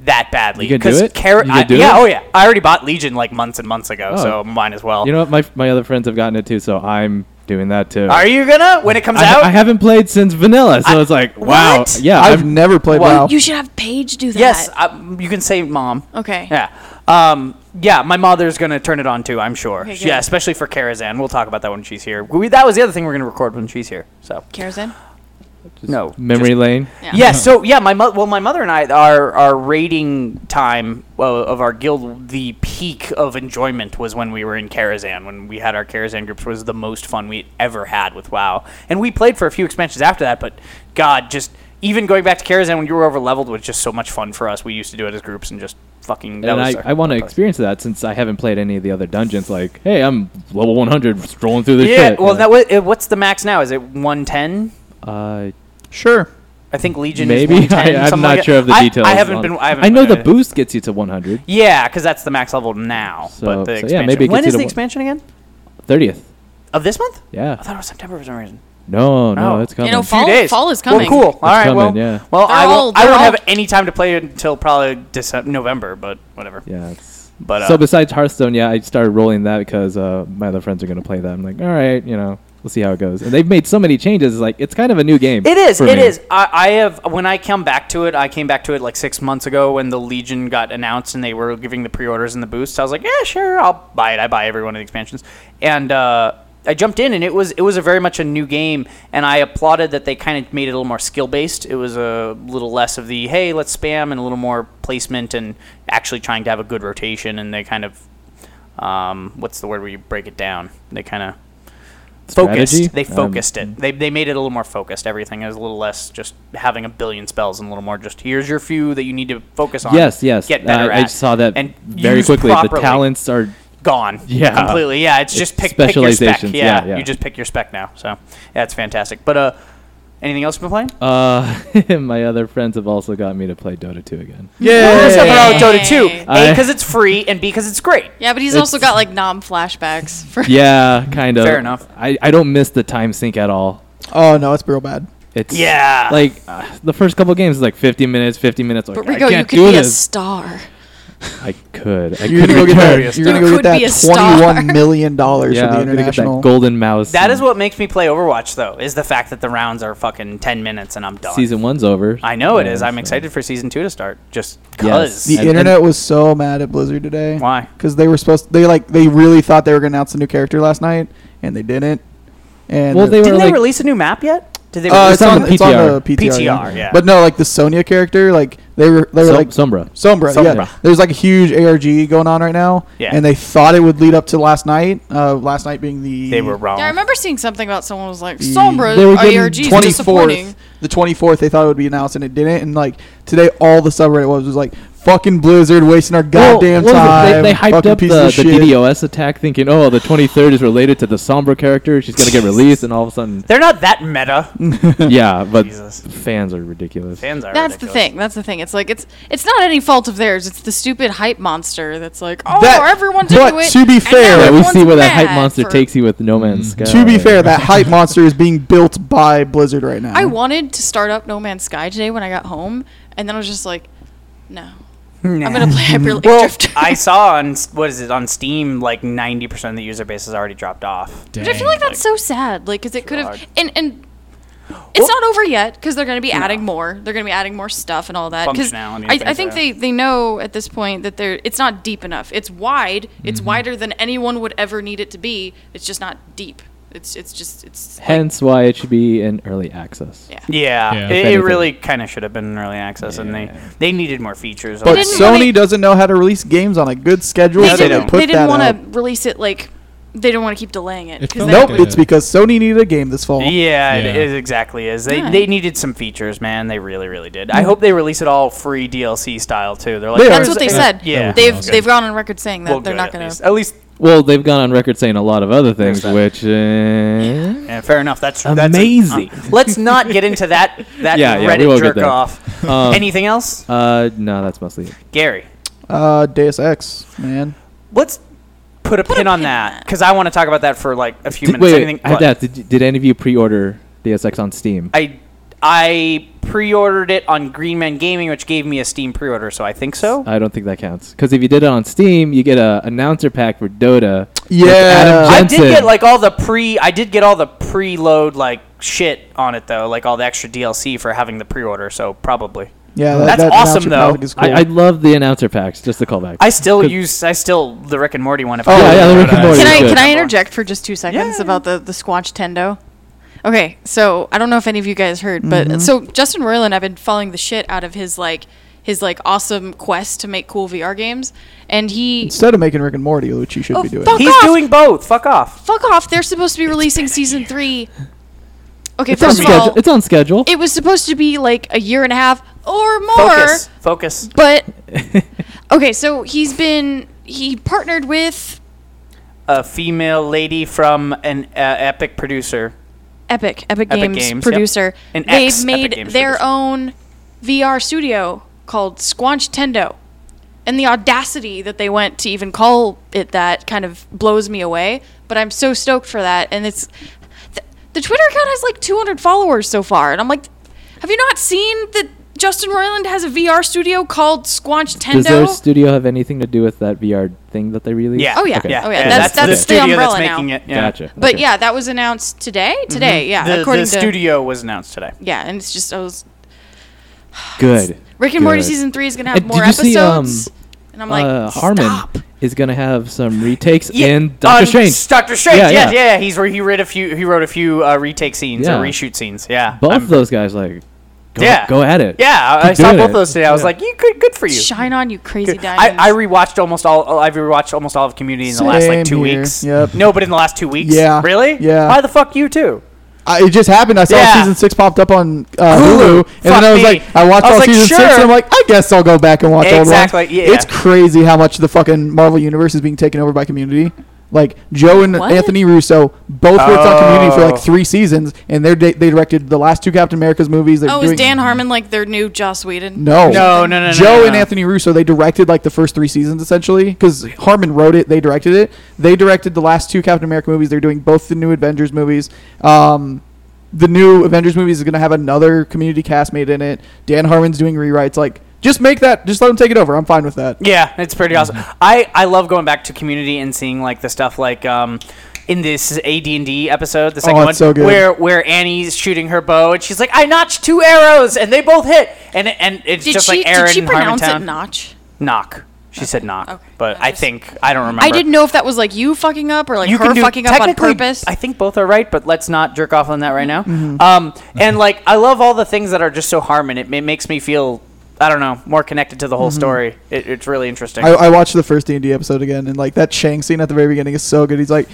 Speaker 1: that badly.
Speaker 2: You can do
Speaker 1: 'Cause
Speaker 2: it?
Speaker 1: Kara-
Speaker 2: You can
Speaker 1: I-
Speaker 2: do
Speaker 1: yeah,
Speaker 2: it?
Speaker 1: oh yeah. I already bought Legion like months and months ago,
Speaker 2: Oh.
Speaker 1: so mine as well.
Speaker 2: You know what? My, my other friends have gotten it too, so I'm doing that too.
Speaker 1: Are you gonna when it comes
Speaker 2: I,
Speaker 1: out?
Speaker 2: I haven't played since vanilla, so it's like, wow.
Speaker 1: What?
Speaker 2: Yeah.
Speaker 5: I've
Speaker 2: I'm-
Speaker 5: never played
Speaker 1: Well,
Speaker 5: WoW.
Speaker 4: You should have Paige do that.
Speaker 1: yes, I, you can say mom.
Speaker 4: Okay.
Speaker 1: Yeah. Um, yeah, my mother's gonna turn it on too. I'm sure.
Speaker 4: Okay, good.
Speaker 1: yeah, especially for Karazhan. We'll talk about that when she's here. We, that was the other thing we're gonna record when she's here. So
Speaker 4: Karazhan.
Speaker 1: no
Speaker 2: memory lane.
Speaker 4: Yeah.
Speaker 1: Yeah. So yeah, my mo- well, my mother and I our our raiding time uh, of our guild, the peak of enjoyment was when we were in Karazhan. When we had our Karazhan groups, was the most fun we ever had with WoW. And we played for a few expansions after that, but God, just even going back to Karazhan when you were over leveled was just so much fun for us. We used to do it as groups and just fucking. that
Speaker 2: and
Speaker 1: was
Speaker 2: I,
Speaker 1: our-
Speaker 2: I want to experience that since I haven't played any of the other dungeons. Like, hey, I'm level 100 strolling through this
Speaker 1: Yeah.
Speaker 2: shit.
Speaker 1: Well,
Speaker 2: you
Speaker 1: that
Speaker 2: know?
Speaker 1: wa- uh, what's the max now? Is it one ten?
Speaker 2: Uh,
Speaker 5: Sure.
Speaker 1: I think Legion. is
Speaker 2: maybe.
Speaker 1: 110,
Speaker 2: I, I'm
Speaker 1: something
Speaker 2: not
Speaker 1: like
Speaker 2: sure
Speaker 1: that.
Speaker 2: of the
Speaker 1: I-
Speaker 2: details.
Speaker 1: I, haven't
Speaker 2: on-
Speaker 1: been. I, haven't
Speaker 2: I know
Speaker 1: looked
Speaker 2: the
Speaker 1: at it.
Speaker 2: boost gets you to 100.
Speaker 1: Yeah, because that's the max level now. but the
Speaker 2: So- so yeah,
Speaker 1: expansion.
Speaker 2: maybe it
Speaker 1: when
Speaker 2: gets you
Speaker 1: is
Speaker 2: to
Speaker 1: the
Speaker 2: one-
Speaker 1: expansion again?
Speaker 2: 30th.
Speaker 1: Of this month? I
Speaker 2: Yeah.
Speaker 1: thought it was September for some reason.
Speaker 2: No, no,
Speaker 1: Oh.
Speaker 2: it's
Speaker 1: You
Speaker 2: coming.
Speaker 4: know,
Speaker 1: Few
Speaker 4: Fall-
Speaker 1: days.
Speaker 4: fall is coming.
Speaker 1: Well, cool. all right.
Speaker 2: coming,
Speaker 1: well,
Speaker 2: yeah.
Speaker 1: well, I
Speaker 4: They're
Speaker 1: won't,
Speaker 4: all-
Speaker 1: I
Speaker 4: they're
Speaker 1: won't
Speaker 4: all-
Speaker 1: have any time to play it until probably December, November, but whatever.
Speaker 2: yeah. It's,
Speaker 1: But uh,
Speaker 2: so besides Hearthstone, yeah, I started rolling that because uh, my other friends are going to play that. I'm like, all right, you know, we'll see how it goes. And they've made so many changes. Like, it's kind of a new game.
Speaker 1: It is.
Speaker 2: for
Speaker 1: It
Speaker 2: me.
Speaker 1: is. I, I have. When I come back to it, I came back to it like six months ago when the Legion got announced and they were giving the pre-orders and the boosts. I was like, yeah, sure, I'll buy it. I buy every one of the expansions, and uh, I jumped in, and it was it was a very much a new game, and I applauded that they kind of made it a little more skill based. It was a little less of the hey, let's spam, and a little more placement and actually trying to have a good rotation. And they kind of, um, what's the word where you break it down? They kind of
Speaker 2: Strategy?
Speaker 1: focused. They
Speaker 2: Um,
Speaker 1: focused it. They, they made it a little more focused. Everything is a little less just having a billion spells and a little more just here's your few that you need to focus on.
Speaker 2: Yes, yes.
Speaker 1: Get better
Speaker 2: Uh,
Speaker 1: at.
Speaker 2: I saw that
Speaker 1: and
Speaker 2: very
Speaker 1: use
Speaker 2: quickly.
Speaker 1: properly.
Speaker 2: The talents are
Speaker 1: gone.
Speaker 2: Yeah.
Speaker 1: completely. Yeah, it's, just
Speaker 2: It's
Speaker 1: pick, pick your spec. Yeah,
Speaker 2: specializations. Yeah, yeah.
Speaker 1: you just pick your spec now. So that's fantastic. But uh, anything else you've been playing?
Speaker 2: Uh, my other friends have also got me to play Dota 2 again.
Speaker 1: Well, there's nothing
Speaker 5: Yeah.
Speaker 1: wrong with Dota two. A
Speaker 2: I-
Speaker 1: because it's free and B because it's great.
Speaker 4: Yeah, but he's
Speaker 2: It's-
Speaker 4: also got like nom flashbacks for
Speaker 2: Yeah, kind of.
Speaker 1: Fair enough.
Speaker 2: I, I don't miss the time sink at all.
Speaker 5: Oh no, it's real bad.
Speaker 2: It's
Speaker 1: Yeah.
Speaker 2: Like uh, the first couple games is like 50 minutes, 50 minutes. Like,
Speaker 4: But
Speaker 2: I
Speaker 4: Rico, you
Speaker 2: can't
Speaker 4: could
Speaker 2: do
Speaker 4: be a
Speaker 2: this.
Speaker 4: star.
Speaker 2: I could. I
Speaker 5: You're
Speaker 2: could
Speaker 5: gonna go get that.
Speaker 1: curious.
Speaker 5: You're gonna
Speaker 4: You
Speaker 5: go get
Speaker 4: could be a
Speaker 5: that
Speaker 4: star.
Speaker 5: twenty-one million dollars
Speaker 2: yeah,
Speaker 5: for the
Speaker 2: I'm gonna get that
Speaker 5: international.
Speaker 2: golden mouse.
Speaker 1: That
Speaker 2: and
Speaker 1: is what makes me play Overwatch though, is the fact that the rounds are fucking ten minutes and I'm done.
Speaker 2: Season one's over.
Speaker 1: I know it is.
Speaker 2: Yeah,
Speaker 1: I'm
Speaker 2: so-
Speaker 1: excited for season two to start. Just
Speaker 2: Yes.
Speaker 1: cause.
Speaker 5: The
Speaker 2: And- and-
Speaker 5: internet was so mad at Blizzard today.
Speaker 1: Why?
Speaker 5: Because they were supposed. They like they really thought they were gonna announce a new character last night, and they didn't. And
Speaker 2: Well, they
Speaker 5: they,
Speaker 2: were
Speaker 1: Didn't they
Speaker 2: like,
Speaker 1: release a new map yet? Did they?
Speaker 5: Uh,
Speaker 1: release
Speaker 5: it's, on,
Speaker 2: the
Speaker 5: it's on
Speaker 2: PTR.
Speaker 5: the PTR.
Speaker 1: PTR, yeah.
Speaker 5: But no, like the Sonya character, like they were they were
Speaker 2: Som-
Speaker 5: like
Speaker 2: Sombra.
Speaker 5: Sombra, yeah.
Speaker 2: Sombra.
Speaker 5: There's like a huge ARG going on right now.
Speaker 1: Yeah.
Speaker 5: And they thought it would lead up to last night. Uh, last night being the
Speaker 1: they were wrong.
Speaker 4: Yeah, I remember seeing something about someone was like, Sombra,
Speaker 2: Oh. They were getting
Speaker 4: ARG is
Speaker 5: 24th.
Speaker 4: disappointing.
Speaker 5: The 24th, they thought it would be announced and it didn't. And like today, all the subreddit was was like fucking Blizzard wasting our goddamn
Speaker 2: what was it?
Speaker 5: time.
Speaker 2: They, they hyped
Speaker 5: fucking
Speaker 2: up the,
Speaker 5: pieces
Speaker 2: the
Speaker 5: of shit."
Speaker 2: DDoS attack, thinking, "Oh, the 23rd is related to the Sombra character. She's gonna get released," and all of a sudden,
Speaker 1: They're not that meta.
Speaker 2: yeah. But
Speaker 1: Jesus.
Speaker 2: fans are ridiculous.
Speaker 1: Fans are.
Speaker 4: That's the
Speaker 1: ridiculous.
Speaker 4: thing. That's the thing. It's like it's it's not any fault of theirs. It's the stupid hype monster that's like, oh,
Speaker 5: That-
Speaker 4: everyone's
Speaker 5: but
Speaker 4: into it.
Speaker 5: to be
Speaker 4: and now
Speaker 5: fair-
Speaker 2: yeah, we
Speaker 4: everyone's
Speaker 2: see where that hype
Speaker 4: mad
Speaker 2: monster
Speaker 4: for-
Speaker 2: takes you with No Man's Sky.
Speaker 5: Mm. To be fair, that hype monster is being built by Blizzard right now.
Speaker 4: I wanted to start up No Man's Sky today when I got home, and then I was just like, no, I'm gonna play Hyper Light
Speaker 5: Well,
Speaker 4: Drifter.
Speaker 1: I saw on s- what is it on Steam? Like ninety percent of the user base has already dropped off.
Speaker 4: Which I feel like that's so sad. Like, because it could have
Speaker 1: God.
Speaker 4: and and it's
Speaker 1: Well-
Speaker 4: not over yet because they're going to be adding more. They're going to be adding more stuff and all that. Because
Speaker 1: Functionality and
Speaker 4: I, I
Speaker 1: things
Speaker 4: think
Speaker 1: like
Speaker 4: they, they know at this point that they're it's not deep enough. It's wide. It's wider than anyone would ever need it to be. It's just not deep. It's it's just it's like-
Speaker 2: hence why it should be in early access.
Speaker 4: yeah.
Speaker 1: Yeah,
Speaker 3: Yeah. If
Speaker 1: it, it
Speaker 2: anything.
Speaker 1: really kind of should have been in early access, and they they needed more features.
Speaker 5: but
Speaker 4: didn't
Speaker 5: Sony
Speaker 4: really-
Speaker 5: doesn't know how to release games on a good schedule.
Speaker 4: They
Speaker 5: so
Speaker 1: they
Speaker 5: they,
Speaker 1: don't.
Speaker 4: didn't
Speaker 5: put
Speaker 4: they didn't
Speaker 5: that
Speaker 4: want
Speaker 5: out.
Speaker 4: to release it like they didn't want to keep delaying it.
Speaker 3: It
Speaker 4: 'cause
Speaker 3: felt
Speaker 4: then-
Speaker 5: Nope,
Speaker 3: Okay.
Speaker 5: it's because Sony needed a game this fall.
Speaker 1: yeah, it
Speaker 3: Yeah.
Speaker 1: is exactly is. They
Speaker 4: Yeah.
Speaker 1: they needed some features, man. They really really did. I hope they release it all free DLC style too. They're like
Speaker 5: They
Speaker 4: that's
Speaker 5: are-
Speaker 4: what they
Speaker 5: Yeah.
Speaker 4: said.
Speaker 1: Yeah.
Speaker 4: they've
Speaker 3: Okay.
Speaker 4: they've gone on record saying that
Speaker 1: well,
Speaker 4: they're
Speaker 1: good,
Speaker 4: not
Speaker 1: at
Speaker 4: going
Speaker 1: least.
Speaker 4: to.
Speaker 1: At least
Speaker 2: Well, they've gone on record saying a lot of other things,
Speaker 1: that.
Speaker 2: which uh,
Speaker 1: yeah, fair enough. That's that's
Speaker 2: Amazing.
Speaker 1: uh, let's not get into that that
Speaker 2: Yeah, yeah, we
Speaker 1: Reddit
Speaker 2: won't get
Speaker 1: jerk
Speaker 2: there.
Speaker 1: off.
Speaker 2: um,
Speaker 1: Anything else,
Speaker 2: uh, no, that's mostly it.
Speaker 1: Gary?
Speaker 5: Uh, Deus Ex, man.
Speaker 1: Let's put a
Speaker 4: a
Speaker 1: pin on
Speaker 4: pin on
Speaker 1: that
Speaker 4: that.
Speaker 1: because I want to talk about that for like a few
Speaker 2: Did,
Speaker 1: minutes.
Speaker 2: wait,
Speaker 1: Anything?
Speaker 2: I have
Speaker 1: what?
Speaker 2: to ask, did, you- did any of you pre-order Deus Ex on Steam?
Speaker 1: I I pre-ordered it on Green Man Gaming, which gave me a Steam pre-order, so I think so.
Speaker 2: I don't think that counts because if you did it on Steam, you get a announcer pack for Dota.
Speaker 5: Yeah. Uh,
Speaker 2: Adam
Speaker 1: I did
Speaker 2: Jensen.
Speaker 1: get like all the pre. I did get all the preload like shit on it though, like all the extra DLC for having the pre-order. So probably.
Speaker 5: Yeah,
Speaker 1: That's
Speaker 5: that
Speaker 1: awesome,
Speaker 5: announcement
Speaker 1: though.
Speaker 5: topic Is cool.
Speaker 2: I, I love the announcer packs. Just the callback.
Speaker 1: I still use. I still the Rick and Morty one. If
Speaker 5: Oh,
Speaker 1: I
Speaker 5: yeah, the Rick and Morty
Speaker 4: Can I
Speaker 2: Good.
Speaker 4: can I interject for just two seconds
Speaker 1: Yeah.
Speaker 4: about the the Squatch Tendo? Okay, so I don't know if any of you guys heard, but
Speaker 2: Mm-hmm.
Speaker 4: so Justin Roiland, I've been following the shit out of his like his like awesome quest to make cool VR games, and he
Speaker 5: Instead of making Rick and Morty, which you should
Speaker 4: Oh,
Speaker 5: be doing.
Speaker 4: fuck.
Speaker 1: He's
Speaker 4: off.
Speaker 1: doing both. Fuck off.
Speaker 4: fuck off. They're supposed to be releasing season three. Okay,
Speaker 2: it's, on
Speaker 4: first of
Speaker 2: schedule.
Speaker 4: all,
Speaker 2: it's on schedule.
Speaker 4: it was supposed to be like a year and a half or more.
Speaker 1: Focus. Focus.
Speaker 4: But okay, so he's been he partnered with
Speaker 1: A female lady from an uh, epic producer.
Speaker 4: Epic, Epic
Speaker 1: Epic
Speaker 4: Games,
Speaker 1: Games,
Speaker 4: producer.
Speaker 1: yep. An
Speaker 4: They've
Speaker 1: ex-Epic
Speaker 4: made
Speaker 1: Games
Speaker 4: their
Speaker 1: producer.
Speaker 4: own VR studio called Squanch Tendo. And the audacity that they went to even call it that kind of blows me away. But I'm so stoked for that. And it's th- the Twitter account has like 200 followers so far. And I'm like, have you not seen that Justin Roiland has a VR studio called Squanch Tendo?
Speaker 2: Does their studio have anything to do with that VR thing that they released?
Speaker 1: Yeah.
Speaker 4: Oh, yeah.
Speaker 2: Okay.
Speaker 1: Yeah.
Speaker 4: Oh, yeah. That's-
Speaker 1: the
Speaker 4: that's the
Speaker 1: studio
Speaker 4: umbrella
Speaker 1: that's
Speaker 4: now.
Speaker 1: making it. Yeah.
Speaker 2: Gotcha.
Speaker 4: But
Speaker 2: Okay.
Speaker 4: yeah, that was announced today. Today, yeah.
Speaker 1: Mm-hmm. The, the studio was announced today.
Speaker 4: Yeah, and it's just I was
Speaker 2: good.
Speaker 4: Rick and Morty
Speaker 2: Good.
Speaker 4: season three is gonna have
Speaker 2: And
Speaker 4: more
Speaker 2: did you see, um,
Speaker 4: episodes. and I'm like,
Speaker 2: uh, Harmon
Speaker 4: stop.
Speaker 2: is gonna have some retakes in
Speaker 1: on
Speaker 2: Doctor Strange.
Speaker 1: um, Doctor Strange. Yeah,
Speaker 2: Yeah,
Speaker 1: yeah,
Speaker 2: yeah.
Speaker 1: He's re- he wrote a few. He wrote a few uh, retake scenes
Speaker 2: Yeah.
Speaker 1: or reshoot scenes. Yeah,
Speaker 2: Both
Speaker 1: I'm-
Speaker 2: of those guys like, go,
Speaker 1: Yeah.
Speaker 2: go at it.
Speaker 1: Yeah, I, I
Speaker 2: Keep
Speaker 1: saw
Speaker 2: doing
Speaker 1: both
Speaker 2: it.
Speaker 1: those today. I was like, you good, good for you.
Speaker 4: Shine on, you crazy diamonds.
Speaker 1: I, I rewatched almost all. I've rewatched almost all of Community in the last like two
Speaker 5: Same here.
Speaker 1: weeks.
Speaker 5: Yep.
Speaker 1: No, but in the last two weeks.
Speaker 5: Yeah.
Speaker 1: Really?
Speaker 5: Yeah.
Speaker 1: Why the fuck you too?
Speaker 5: I, it just happened. I saw
Speaker 1: Yeah.
Speaker 5: season six popped up on uh,
Speaker 1: Hulu.
Speaker 5: Hulu, and
Speaker 1: Fuck
Speaker 5: then I was
Speaker 1: me.
Speaker 5: like, I watched
Speaker 1: I was
Speaker 5: all
Speaker 1: like,
Speaker 5: season
Speaker 1: sure.
Speaker 5: six, and I'm like, I guess I'll go back and watch
Speaker 1: Exactly,
Speaker 5: old ones.
Speaker 1: yeah.
Speaker 5: It's crazy how much the fucking Marvel universe is being taken over by Community. Like Joe and
Speaker 4: What?
Speaker 5: Anthony Russo both worked on Community for
Speaker 1: Oh.
Speaker 5: like three seasons, and they they they directed the last two Captain America's movies. They're
Speaker 4: oh, is
Speaker 5: doing-
Speaker 4: Dan Harmon like their new Joss Whedon?
Speaker 5: No.
Speaker 1: No, no, no, no,
Speaker 5: Joe
Speaker 1: no,
Speaker 5: and
Speaker 1: no.
Speaker 5: Anthony Russo, they directed like the first three seasons essentially because Harmon wrote it, they directed it. They directed the last two Captain America movies. They're doing both the new Avengers movies. Um, the new Avengers movies is going to have another community cast made in it. Dan Harmon's doing rewrites. Like, just make that, just let him take it over. I'm fine with that.
Speaker 1: Yeah, it's pretty awesome.
Speaker 5: Mm-hmm.
Speaker 1: I I love going back to Community and seeing like the stuff like um. In this AD and D episode, the second
Speaker 5: Oh, it's
Speaker 1: one,
Speaker 5: so good.
Speaker 1: where where Annie's shooting her bow and she's like, "I notched two arrows and they both hit," and and it's
Speaker 4: Did
Speaker 1: just
Speaker 4: she
Speaker 1: like Aaron
Speaker 4: did she
Speaker 1: and
Speaker 4: pronounce it
Speaker 1: Harmontown.
Speaker 4: notch?
Speaker 1: knock. She said not.
Speaker 4: Okay.
Speaker 1: But
Speaker 4: I
Speaker 1: I
Speaker 4: just-
Speaker 1: think I don't remember.
Speaker 4: I didn't know if that was like you fucking up or like
Speaker 1: you
Speaker 4: her
Speaker 1: can do
Speaker 4: fucking up on
Speaker 1: technically,
Speaker 4: purpose.
Speaker 1: I think both are right, but let's not jerk off on that right now.
Speaker 5: Mm-hmm.
Speaker 1: Um, and like I love all the things that are just so harmon. It, it makes me feel I don't know more connected to the whole story. It, it's really interesting.
Speaker 5: Mm-hmm. I, I watched the first D and D episode again, and like that Shang scene at the very beginning is so good. He's like,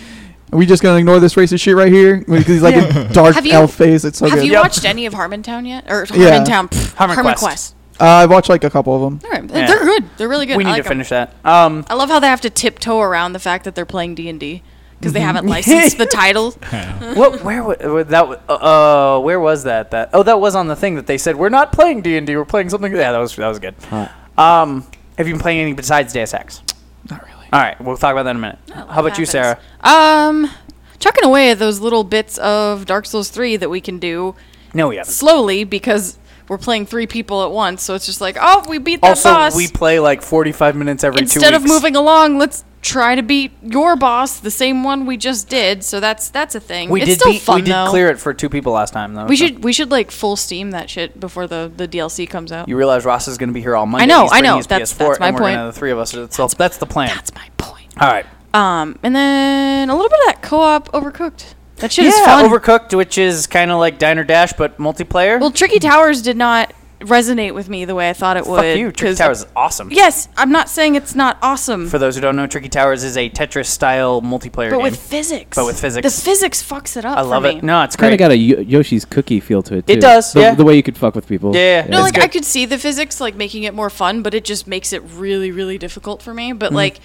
Speaker 5: "Are we just gonna ignore this racist shit right here?" Because he's like a dark
Speaker 4: Have you-
Speaker 5: elf face. It's so
Speaker 4: Have
Speaker 5: good.
Speaker 4: you
Speaker 1: Yep.
Speaker 4: watched any of Harmontown yet? Or
Speaker 5: Yeah.
Speaker 4: Harmontown? pff,
Speaker 1: Harmon
Speaker 4: Harmon
Speaker 1: Quest.
Speaker 4: Quest.
Speaker 5: Uh, I watched like a couple of them.
Speaker 4: All right.
Speaker 1: Yeah.
Speaker 4: They're good. They're really good.
Speaker 1: we
Speaker 4: I
Speaker 1: need
Speaker 4: like
Speaker 1: to
Speaker 4: 'em.
Speaker 1: finish that. Um,
Speaker 4: I love how they have to tiptoe around the fact that they're playing D and D because
Speaker 2: Mm-hmm.
Speaker 4: they haven't licensed the title.
Speaker 1: what where wa- that wa- uh, uh, where was that that oh that was on the thing that they said we're not playing D and D we're playing something yeah that was that was good.
Speaker 2: Uh,
Speaker 1: Um, have you been playing anything besides Deus Ex?
Speaker 5: Not really.
Speaker 1: All right, we'll talk about that in a minute. How about you,
Speaker 4: Happens.
Speaker 1: Sarah?
Speaker 4: Um, chucking away at those little bits of Dark Souls three that we can do
Speaker 1: No, we haven't.
Speaker 4: slowly because we're playing three people at once. So it's just like, oh, we beat that
Speaker 1: Also,
Speaker 4: boss.
Speaker 1: we play like forty-five minutes every
Speaker 4: Instead
Speaker 1: two
Speaker 4: of
Speaker 1: weeks.
Speaker 4: moving along, let's try to beat your boss, the same one we just did. So that's that's a thing.
Speaker 1: we
Speaker 4: it's
Speaker 1: did
Speaker 4: still
Speaker 1: beat-
Speaker 4: fun
Speaker 1: we did
Speaker 4: though.
Speaker 1: clear it for two people last time though.
Speaker 4: we
Speaker 1: so-
Speaker 4: should we should like full steam that shit before the the DLC comes out.
Speaker 1: You realize Ross is going to be here all Monday.
Speaker 4: know,
Speaker 1: He's
Speaker 4: I
Speaker 1: bringing
Speaker 4: know.
Speaker 1: His
Speaker 4: That's-
Speaker 1: PS4,
Speaker 4: that's my
Speaker 1: and we're gonna-
Speaker 4: point.
Speaker 1: the three of us. So that's, the plan.
Speaker 4: That's my point.
Speaker 1: all right.
Speaker 4: Um, and then a little bit of that co-op overcooked. That shit is
Speaker 1: yeah,
Speaker 4: fun.
Speaker 1: Overcooked, which is kind of like Diner Dash but multiplayer.
Speaker 4: well, Tricky Towers did not resonate with me the way I thought it would.
Speaker 1: Fuck you, Tricky
Speaker 4: 'cause-
Speaker 1: Towers is awesome.
Speaker 4: Yes, I'm not saying it's not awesome,
Speaker 1: For those who don't know, Tricky Towers is a Tetris style multiplayer
Speaker 4: but
Speaker 1: game.
Speaker 4: with physics.
Speaker 1: But with physics.
Speaker 4: the physics fucks it up.
Speaker 1: I
Speaker 4: for
Speaker 1: love
Speaker 4: me.
Speaker 1: it. No, it's
Speaker 2: Kind
Speaker 1: great.
Speaker 2: of got a Yo- Yoshi's Cookie feel to it.
Speaker 1: It
Speaker 2: too.
Speaker 1: does,
Speaker 2: The,
Speaker 1: yeah.
Speaker 2: the way you could fuck with people.
Speaker 1: Yeah, yeah.
Speaker 4: No,
Speaker 1: It's
Speaker 4: like
Speaker 1: good.
Speaker 4: I could see the physics like making it more fun, but it just makes it really, really difficult for me. But
Speaker 1: Mm-hmm.
Speaker 4: like,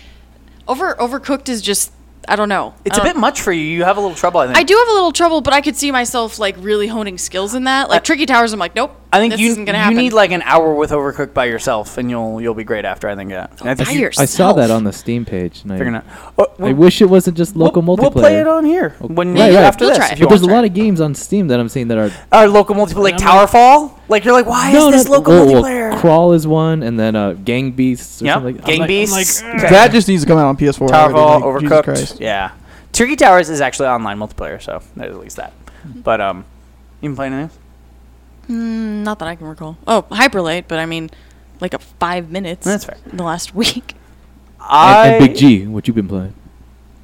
Speaker 4: over overcooked is just I don't know.
Speaker 1: it's
Speaker 4: I
Speaker 1: a
Speaker 4: don't-
Speaker 1: bit much for you. You have a little trouble, I think.
Speaker 4: Oh. I do have a little trouble, but I could see myself like really honing skills in that. Like tricky towers, I'm like, nope.
Speaker 1: I think
Speaker 4: this
Speaker 1: you
Speaker 4: isn't gonna
Speaker 1: you
Speaker 4: happen.
Speaker 1: need like an hour with Overcooked by yourself, and you'll you'll be great after. I think. Yeah. And I think
Speaker 4: by
Speaker 1: you-
Speaker 4: yourself.
Speaker 2: I saw that on the Steam page. and I-
Speaker 1: Figuring out. Oh,
Speaker 2: I
Speaker 1: we'll-
Speaker 2: wish it wasn't just local
Speaker 1: we'll,
Speaker 2: multiplayer.
Speaker 1: We'll play it on here when
Speaker 2: Right,
Speaker 1: you,
Speaker 2: right.
Speaker 1: after
Speaker 4: We'll
Speaker 1: this.
Speaker 4: try it.
Speaker 1: if you
Speaker 2: But there's a
Speaker 1: want.
Speaker 2: lot of games on Steam that I'm seeing that are
Speaker 1: our local multiplayer, like Towerfall. Like you're like, why is this local
Speaker 2: well, well,
Speaker 1: multiplayer?
Speaker 2: Crawl is one, and then uh, Gang Beasts. Or
Speaker 1: Yep.
Speaker 2: something. I'm
Speaker 1: Gang
Speaker 2: like-
Speaker 1: Beasts.
Speaker 5: That just needs to come out on PS4.
Speaker 1: Towerfall,
Speaker 5: already, like,
Speaker 1: Overcooked.
Speaker 5: Jesus Christ.
Speaker 1: Yeah. Turkey Towers is actually online multiplayer, so there's at least that. But um, you been playing anything?
Speaker 4: Mm, not that I can recall. Oh, hyper late, but I mean, like a five minutes.
Speaker 1: That's fair.
Speaker 4: In the last week.
Speaker 1: I
Speaker 2: And, and E, Big G, what you been playing?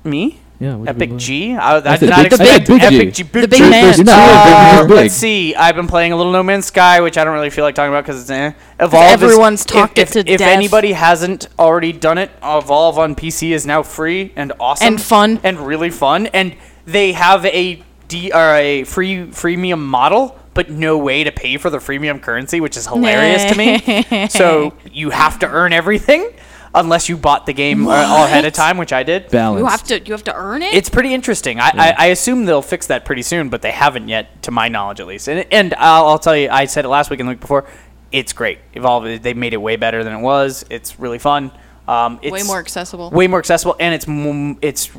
Speaker 1: me
Speaker 2: Yeah, what you been
Speaker 1: Epic
Speaker 2: playing?
Speaker 1: G. I, I
Speaker 2: I
Speaker 1: did
Speaker 2: said
Speaker 1: not
Speaker 2: Big- I said
Speaker 1: expect
Speaker 2: Big G.
Speaker 1: Epic G.
Speaker 4: The big
Speaker 1: G.
Speaker 2: There's-
Speaker 4: man.
Speaker 2: there's not
Speaker 1: Uh,
Speaker 2: really a big- big.
Speaker 1: let's see. I've been playing a little No Man's Sky, which I don't really feel like talking about because it's eh. Evolve. is-
Speaker 4: everyone's
Speaker 1: if-
Speaker 4: talked it
Speaker 1: if,
Speaker 4: to
Speaker 1: If
Speaker 4: death.
Speaker 1: anybody hasn't already done it, Evolve on PC is now free and awesome
Speaker 4: And fun.
Speaker 1: and really fun. And they have a D or a free freemium model, but no way to pay for the freemium currency, which is hilarious to me. So you have to earn everything unless you bought the game uh, all ahead of
Speaker 4: What?
Speaker 1: time, which I did.
Speaker 2: Balance.
Speaker 4: You have to. You have to earn it.
Speaker 1: It's pretty interesting. I, I, I assume they'll fix that pretty soon, but they haven't yet, to my knowledge at least. And, and I'll, I'll tell you, I said it last week and the week before. It's great. Evolve. They made it way better than it was. It's really fun. Um, it's
Speaker 4: more accessible.
Speaker 1: Way more accessible, and it's m- it's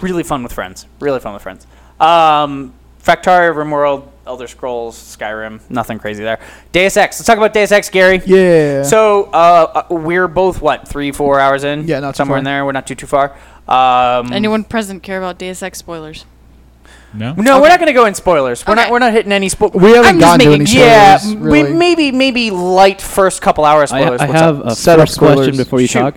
Speaker 1: really fun with friends. Really fun with friends. Um, Fractaria, RimWorld, Elder Scrolls, Skyrim. Nothing crazy there. Deus Ex. Let's talk about Deus Ex, Gary.
Speaker 5: Yeah.
Speaker 1: So uh, uh, we're both what three, four hours in.
Speaker 5: Yeah, not too
Speaker 1: somewhere
Speaker 5: far.
Speaker 1: in there. We're not too too far. Um,
Speaker 2: Mm.
Speaker 4: Anyone present care about Deus Ex spoilers?
Speaker 3: No.
Speaker 1: no, we're not going to go in spoilers. We're not.
Speaker 4: Okay.
Speaker 1: We're not hitting any spoilers.
Speaker 5: We haven't
Speaker 4: I'm just
Speaker 5: gotten to
Speaker 4: making-
Speaker 5: any spoilers.
Speaker 1: yeah, m- we-
Speaker 5: really.
Speaker 1: maybe maybe light first couple hours
Speaker 2: I,
Speaker 1: spoilers.
Speaker 2: I
Speaker 1: What's
Speaker 2: have
Speaker 1: up?
Speaker 2: a
Speaker 5: Set up
Speaker 2: first question
Speaker 5: spoilers.
Speaker 2: before you
Speaker 1: Shoot.
Speaker 2: talk.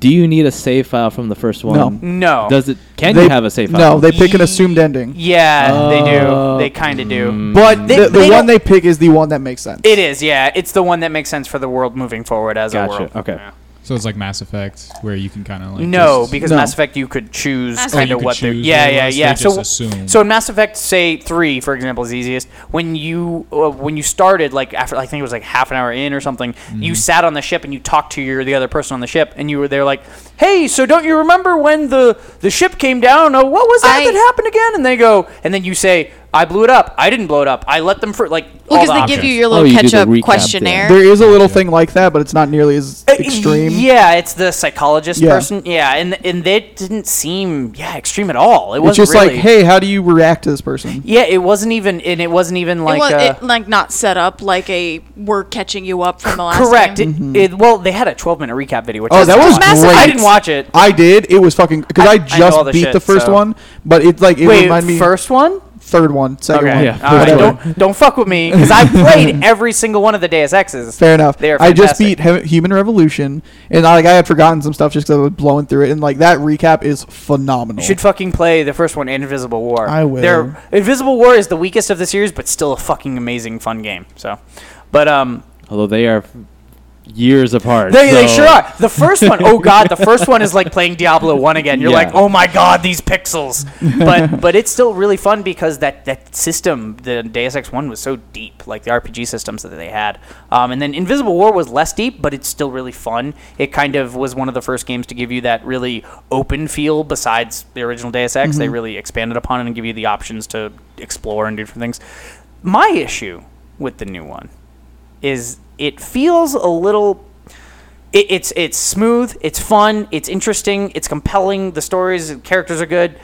Speaker 2: Do you need a save file from the first one?
Speaker 1: no.
Speaker 2: Does it? Can
Speaker 5: They-
Speaker 2: you have a save file?
Speaker 5: No, they pick an assumed ending.
Speaker 1: Yeah, they
Speaker 2: Oh.
Speaker 1: do. They kind of do.
Speaker 5: But
Speaker 1: They-
Speaker 5: the, the
Speaker 1: they don't-
Speaker 5: one they pick is the one that makes sense.
Speaker 1: It is. Yeah, it's the one that makes sense for the world moving forward as
Speaker 2: Gotcha,
Speaker 1: a world.
Speaker 2: okay.
Speaker 1: Yeah.
Speaker 3: So it's like Mass Effect, where you can kind of like
Speaker 1: No,
Speaker 3: just-
Speaker 1: because
Speaker 5: No.
Speaker 1: Mass Effect you could choose
Speaker 4: Mass
Speaker 1: kind
Speaker 4: Effect. Oh, you
Speaker 1: of
Speaker 3: could
Speaker 1: what they
Speaker 3: choose
Speaker 1: yeah
Speaker 3: the
Speaker 1: yeah
Speaker 3: ones,
Speaker 1: yeah.
Speaker 3: they
Speaker 1: So
Speaker 3: just assume.
Speaker 1: so in Mass Effect, say three for example is easiest. When you uh, when you started like after I think it was like half an hour in or something,
Speaker 5: Mm-hmm.
Speaker 1: you sat on the ship and you talked to your the other person on the ship and you were there like, hey, so don't you remember when the the ship came down? Oh, what was that
Speaker 4: I-
Speaker 1: that happened again? And they go and then you say. I blew it up. I didn't blow it up. I let them for like. all
Speaker 4: Well,
Speaker 1: the
Speaker 4: because they give you
Speaker 1: options.
Speaker 4: your
Speaker 2: Oh,
Speaker 4: little
Speaker 2: you do the
Speaker 4: catch-up
Speaker 2: recap, yeah.
Speaker 4: questionnaire.
Speaker 5: There is a little thing like that, but it's not nearly as
Speaker 1: Uh,
Speaker 5: extreme.
Speaker 1: Yeah, it's the psychologist
Speaker 5: Yeah.
Speaker 1: person. Yeah, and and they didn't seem yeah extreme at all. It was
Speaker 5: It's just
Speaker 1: really,
Speaker 5: like, hey, how do you react to this person?
Speaker 1: Yeah, it wasn't even, and it wasn't even
Speaker 4: It
Speaker 1: like.
Speaker 4: was
Speaker 1: uh,
Speaker 4: it, like not set up like a we're catching you up from the last
Speaker 1: correct.
Speaker 4: game.
Speaker 1: It, it, well, they had a 12 minute recap video, which
Speaker 5: Mm-hmm. Oh,
Speaker 1: was
Speaker 5: that was
Speaker 1: awesome.
Speaker 5: great.
Speaker 1: I didn't watch it.
Speaker 5: I did. It was fucking because
Speaker 1: I-
Speaker 5: I,
Speaker 1: I know all
Speaker 5: just
Speaker 1: the
Speaker 5: beat
Speaker 1: shit,
Speaker 5: the first
Speaker 1: so-
Speaker 5: one, but it's like it
Speaker 1: Wait,
Speaker 5: reminded me
Speaker 1: first one?
Speaker 5: third one, second
Speaker 1: Okay.
Speaker 5: one.
Speaker 2: Yeah.
Speaker 1: All right.
Speaker 5: whatever.
Speaker 1: Don't don't fuck with me because I played every single one of the Deus Exes.
Speaker 5: Fair enough.
Speaker 1: They are
Speaker 5: I just
Speaker 1: fantastic.
Speaker 5: beat He- Human Revolution, and I, like I had forgotten some stuff just because I was blowing through it, and like that recap is phenomenal.
Speaker 1: You should fucking play the first one, Invisible War.
Speaker 5: I will.
Speaker 1: They're, Invisible War is the weakest of the series, but still a fucking amazing fun game. So, but um,
Speaker 2: Although they are years apart.
Speaker 1: they, they
Speaker 2: so-
Speaker 1: sure are. The first one, oh god, the first one is like playing Diablo one again. You're
Speaker 2: Yeah.
Speaker 1: like, oh my god, these pixels. But but it's still really fun because that that system, the Deus Ex one, was so deep, like the RPG systems that they had. Um, and then Invisible War was less deep, but it's still really fun. It kind of was one of the first games to give you that really open feel. Besides the original Deus Ex, they really expanded upon it and give you the options to explore and do different things. My issue with the new one is it feels a little it, it's it's smooth, it's fun, it's interesting, it's compelling. The stories, the characters are good.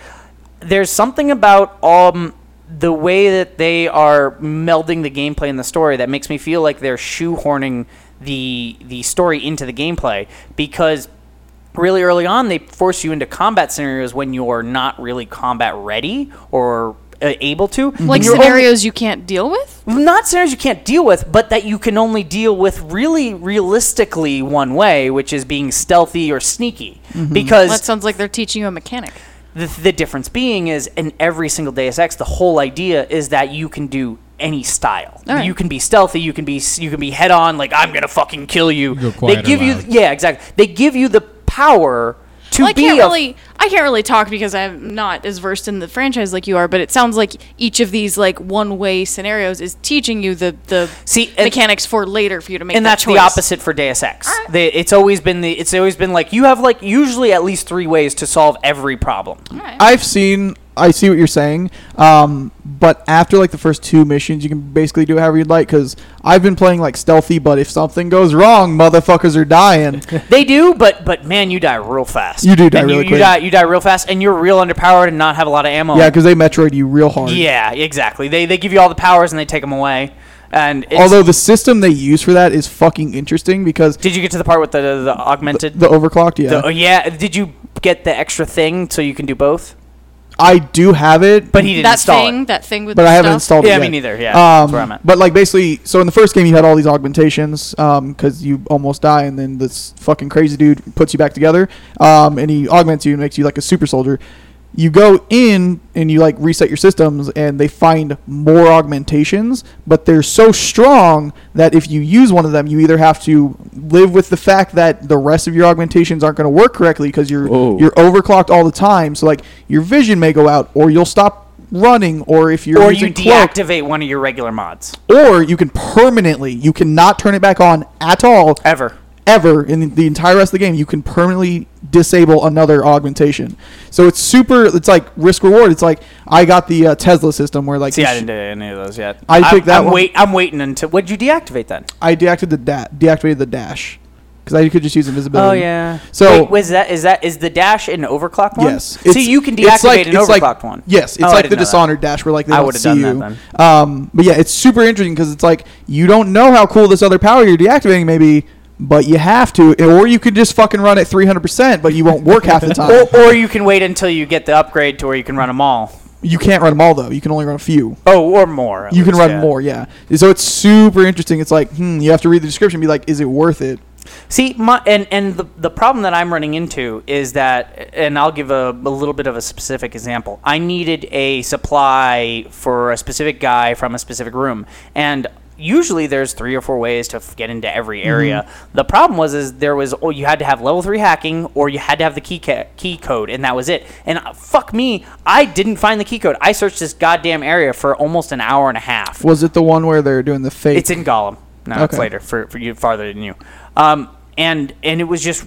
Speaker 1: There's something about um the way that they are melding the gameplay and the story that makes me feel like they're shoehorning the the story into the gameplay because really early on they force you into combat scenarios when you're not really combat ready or uh, able to
Speaker 4: Like
Speaker 1: And you're only-
Speaker 4: scenarios you can't deal with?
Speaker 1: not scenarios you can't deal with, but that you can only deal with really realistically one way, which is being stealthy or sneaky.
Speaker 3: Mm-hmm.
Speaker 1: Because
Speaker 4: That sounds like they're teaching you a mechanic.
Speaker 1: the, the difference being is in every single Deus Ex, the whole idea is that you can do any style.
Speaker 4: All right.
Speaker 1: You can be stealthy. You can be s- you can be head on. Like I'm gonna fucking kill you.
Speaker 3: go quiet
Speaker 1: they
Speaker 3: or
Speaker 1: give you
Speaker 3: loud.
Speaker 1: yeah exactly. They give you the power to
Speaker 4: Well, I
Speaker 1: be
Speaker 4: can't
Speaker 1: a-
Speaker 4: really I can't really talk because I'm not as versed in the franchise like you are, but it sounds like each of these like one way scenarios is teaching you the the
Speaker 1: See, and-
Speaker 4: mechanics for later for you to make
Speaker 1: and
Speaker 4: that
Speaker 1: that's the
Speaker 4: choice.
Speaker 1: opposite for Deus Ex.
Speaker 4: Alright.
Speaker 1: They, it's always been the it's always been like you have like usually at least three ways to solve every problem.
Speaker 5: I've seen. I see what you're saying, um, but after like the first two missions, you can basically do however you'd like. Because I've been playing like stealthy, but if something goes wrong, motherfuckers are dying.
Speaker 1: They do, but but man, you die real fast.
Speaker 5: You do die
Speaker 1: And you,
Speaker 5: really
Speaker 1: you
Speaker 5: quick.
Speaker 1: die you die real fast, and you're real underpowered and not have a lot of ammo.
Speaker 5: yeah, because they Metroid you real hard.
Speaker 1: Oh. yeah, exactly. They they give you all the powers and they take them away. And it's,
Speaker 5: Although the system they use for that is fucking interesting because
Speaker 1: did you get to the part with the the, the augmented?
Speaker 5: the overclocked. Yeah,
Speaker 1: the- oh, yeah. Did you get the extra thing so you can do both?
Speaker 5: I do have it,
Speaker 1: But he didn't
Speaker 4: That
Speaker 1: install
Speaker 4: thing,
Speaker 1: it.
Speaker 4: that thing with
Speaker 5: but
Speaker 4: the
Speaker 5: I haven't
Speaker 4: stuff.
Speaker 5: installed it.
Speaker 1: Yeah,
Speaker 5: yet.
Speaker 1: me neither. Yeah,
Speaker 5: Um,
Speaker 1: that's where I'm at.
Speaker 5: But like basically, so in the first game you had all these augmentations because you almost die, and then this fucking crazy dude puts you back together, um, and he augments you and makes you like a super soldier. You go in and you like reset your systems, and they find more augmentations, but they're so strong that if you use one of them, you either have to live with the fact that the rest of your augmentations aren't going to work correctly because you're
Speaker 2: Whoa.
Speaker 5: you're overclocked all the time. So like your vision may go out, or you'll stop running, or if you're
Speaker 1: or you
Speaker 5: using cloak,
Speaker 1: deactivate one of your regular mods
Speaker 5: or you can permanently you cannot turn it back on at all
Speaker 1: ever.
Speaker 5: ever in the entire rest of the game you can permanently disable another augmentation so it's super it's like risk reward it's like i got the uh, tesla system where like
Speaker 1: See,
Speaker 5: you
Speaker 1: I
Speaker 5: sh-
Speaker 1: didn't do any of those yet.
Speaker 5: I
Speaker 1: I'm-
Speaker 5: picked that
Speaker 1: I'm
Speaker 5: one.
Speaker 1: Wait, I'm waiting until. What'd you deactivate then?
Speaker 5: I deactivated the da- deactivated the dash because i could just use invisibility
Speaker 1: Oh yeah.
Speaker 5: So-
Speaker 1: Wait, was that is that is the dash an overclock one?
Speaker 5: Yes.
Speaker 1: So
Speaker 5: It's-
Speaker 1: you can
Speaker 5: it's
Speaker 1: deactivate
Speaker 5: like-
Speaker 1: an
Speaker 5: it's
Speaker 1: overclocked
Speaker 5: like-
Speaker 1: one.
Speaker 5: Yes, it's
Speaker 1: Oh, I
Speaker 5: like
Speaker 1: didn't
Speaker 5: the
Speaker 1: know that.
Speaker 5: Dishonored dash where like they
Speaker 1: I
Speaker 5: don't
Speaker 1: would've
Speaker 5: see
Speaker 1: done
Speaker 5: you.
Speaker 1: that then.
Speaker 5: Um, but yeah, it's super interesting because it's like you don't know how cool this other power you're deactivating maybe, but you have to, or you could just fucking run at 300, percent but you won't work half the time.
Speaker 1: Or, or you can wait until you get the upgrade to where you can run them all.
Speaker 5: You can't run them all though. You can only run a few.
Speaker 1: Oh, or more. at
Speaker 5: You can
Speaker 1: least,
Speaker 5: run
Speaker 1: yeah.
Speaker 5: more, yeah. So it's super interesting. It's like, hmm, you have to read the description and be like, is it worth it?
Speaker 1: See, my, and and the the problem that I'm running into is that, and I'll give a, a little bit of a specific example. I needed a supply for a specific guy from a specific room, and usually there's three or four ways to f- get into every area. The problem was is there was oh, you had to have level three hacking, or you had to have the key ca- key code, and that was it. And uh, fuck me, I didn't find the key code. I searched this goddamn area for almost an hour and a half.
Speaker 5: Was it the one where they're doing the fake?
Speaker 1: It's in Gollum. No, it's
Speaker 5: Okay.
Speaker 1: later for, for you farther than you. Um, and and it was just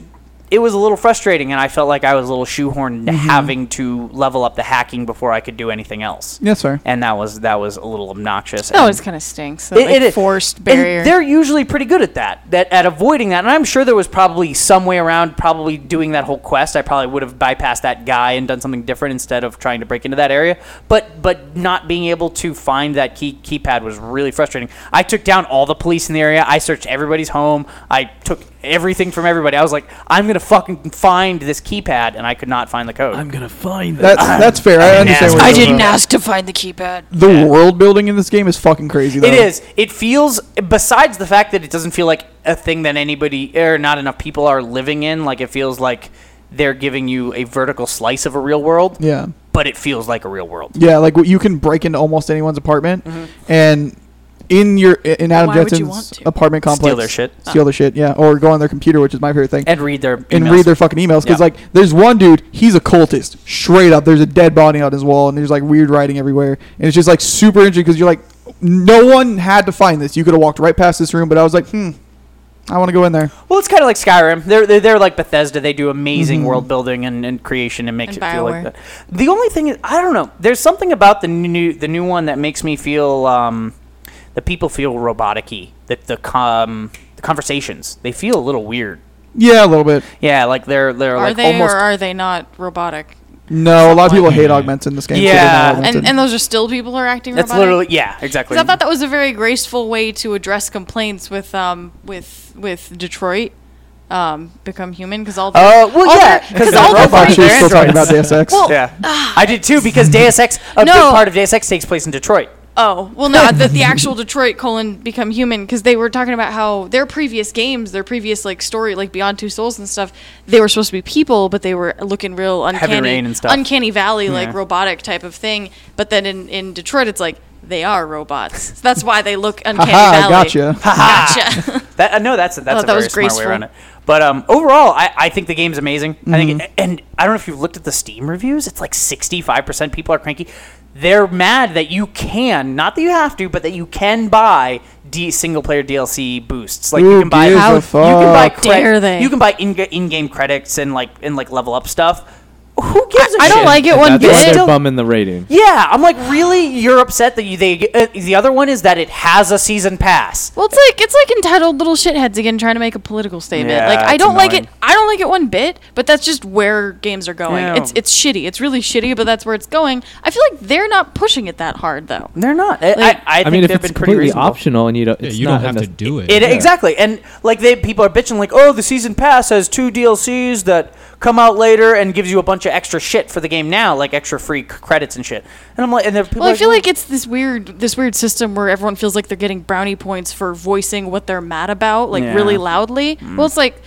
Speaker 1: it was a little frustrating, and I felt like I was a little shoehorned
Speaker 5: Mm-hmm.
Speaker 1: into having to level up the hacking before I could do anything else.
Speaker 5: Yes, sir.
Speaker 1: And that was that was a little obnoxious.
Speaker 4: That
Speaker 1: and-
Speaker 4: always kind of stinks. That, like,
Speaker 1: is.
Speaker 4: forced
Speaker 1: And
Speaker 4: barrier.
Speaker 1: they're usually pretty good at that, that at avoiding that. And I'm sure there was probably some way around, probably doing that whole quest. I probably would have bypassed that guy and done something different instead of trying to break into that area. But but not being able to find that key keypad was really frustrating. I took down all the police in the area. I searched everybody's home. I took everything from everybody. I was like, I'm gonna fucking find this keypad, and I could not find the code.
Speaker 2: gonna find
Speaker 5: That's that's fair. I,
Speaker 1: I'm an
Speaker 5: understand.
Speaker 1: asshole.
Speaker 5: Where
Speaker 1: I
Speaker 5: you're coming
Speaker 1: didn't
Speaker 5: from.
Speaker 6: ask to find the keypad.
Speaker 5: The world building in this game is fucking crazy. Though.
Speaker 1: It is. It feels. Besides the fact that it doesn't feel like a thing that anybody or not enough people are living in, like it feels like they're giving you a vertical slice of a real world.
Speaker 5: Yeah.
Speaker 1: But it feels like a real world.
Speaker 5: Yeah, like what- you can break into almost anyone's apartment, and in your in Adam
Speaker 6: Why would you want
Speaker 5: Jetson's
Speaker 6: to?
Speaker 5: apartment complex,
Speaker 1: their shit.
Speaker 5: steal their shit, yeah, or go on their computer, which is my favorite thing,
Speaker 1: And read their
Speaker 5: and
Speaker 1: emails.
Speaker 5: read their fucking emails. Because
Speaker 1: Yeah.
Speaker 5: like, there's one dude, he's a cultist, straight up. There's a dead body on his wall, and there's like weird writing everywhere, and it's just like super interesting because you're like, no one had to find this. You could have walked right past this room, but I was like, hmm, I want to go in there.
Speaker 1: Well, it's kind of like Skyrim. They're, they're they're like Bethesda. They do
Speaker 5: Mm-hmm.
Speaker 1: amazing world building and, and creation and makes
Speaker 4: And
Speaker 1: it feel like
Speaker 4: Bioware.
Speaker 1: that. The only thing is, I don't know. There's something about the new the new one that makes me feel um, the people feel robotic-y. That the com the conversations they feel a little weird.
Speaker 5: Yeah, a little bit.
Speaker 1: Yeah, like they're they're
Speaker 4: Are
Speaker 1: like
Speaker 4: they
Speaker 1: almost
Speaker 4: or are they not robotic?
Speaker 5: No, a lot of people hate
Speaker 3: Yeah.
Speaker 5: augments in this game. so they're
Speaker 1: Yeah.
Speaker 5: not augmented.
Speaker 4: And and those are still people who are acting
Speaker 1: That's
Speaker 4: robotic.
Speaker 1: literally yeah, exactly.
Speaker 4: Because I thought that was a very graceful way to address complaints with um with with Detroit, um, become human because all the
Speaker 1: Uh, well,
Speaker 4: all
Speaker 1: yeah,
Speaker 4: their-
Speaker 1: 'cause they're
Speaker 4: all the
Speaker 5: I thought
Speaker 1: robots,
Speaker 5: you were
Speaker 1: they're
Speaker 5: still talking about
Speaker 1: androids.
Speaker 5: Deus Ex.
Speaker 4: Well,
Speaker 1: yeah, I did too because Deus Ex a big
Speaker 4: No.
Speaker 1: part of Deus Ex takes place in Detroit.
Speaker 4: Oh well, no, the, the actual Detroit colon become human because they were talking about how their previous games, their previous like story, like Beyond Two Souls and stuff, they were supposed to be people, but they were looking real uncanny,
Speaker 1: Rain and stuff.
Speaker 4: uncanny valley like
Speaker 1: Yeah.
Speaker 4: robotic type of thing. But then in, in Detroit, it's like they are robots. So that's why they look uncanny
Speaker 5: Haha,
Speaker 4: valley.
Speaker 5: gotcha.
Speaker 4: Gotcha.
Speaker 1: That uh, no, that's a, that's
Speaker 4: thought
Speaker 1: a
Speaker 4: that
Speaker 1: very
Speaker 4: was
Speaker 1: smart way
Speaker 4: graceful.
Speaker 1: around it. But um, overall, I, I think the game's amazing. I think, it, and I don't know if you've looked at the Steam reviews. It's like sixty five percent people are cranky. They're mad that you can, not that you have to, but that you can buy D- single player DLC boosts. Like you
Speaker 5: Who
Speaker 1: can buy,
Speaker 5: gives a
Speaker 1: you can buy
Speaker 5: fuck?
Speaker 6: dare they?
Speaker 1: You can buy in in game credits and like and like level up stuff. Who gives a
Speaker 4: I don't
Speaker 1: shit?
Speaker 4: like it
Speaker 2: That's
Speaker 4: one
Speaker 2: why
Speaker 4: bit.
Speaker 2: they're
Speaker 1: Still-
Speaker 2: bumming the rating.
Speaker 1: Yeah, I'm like, really? You're upset that you they uh, the other one is that it has a season pass.
Speaker 4: Well, it's like it's like entitled little shitheads again trying to make a political statement.
Speaker 1: Yeah,
Speaker 4: like I
Speaker 1: it's
Speaker 4: don't like
Speaker 1: annoying.
Speaker 4: it. I don't like it one bit. But that's just where games are going.
Speaker 1: Yeah.
Speaker 4: It's it's shitty. It's really shitty. But that's where it's going. I feel like they're not pushing it that hard though.
Speaker 1: They're not. I,
Speaker 4: Like-
Speaker 1: I, I think
Speaker 2: I mean, if
Speaker 1: they've
Speaker 2: it's
Speaker 1: been pretty
Speaker 2: completely
Speaker 1: reasonable.
Speaker 2: optional and you don't,
Speaker 3: Yeah,
Speaker 2: it's
Speaker 3: you
Speaker 2: not
Speaker 3: don't have
Speaker 2: in the-
Speaker 3: to do it.
Speaker 1: It exactly, and like they people are bitching like, oh, the season pass has two DLCs that come out later and gives you a bunch of extra shit for the game now, like extra free c- credits and shit. And I'm like, and there are people
Speaker 4: Well, I feel like it's this weird this weird system where everyone feels like they're getting brownie points for voicing what they're mad about, like
Speaker 1: Yeah. Mm.
Speaker 4: really loudly. Well, it's like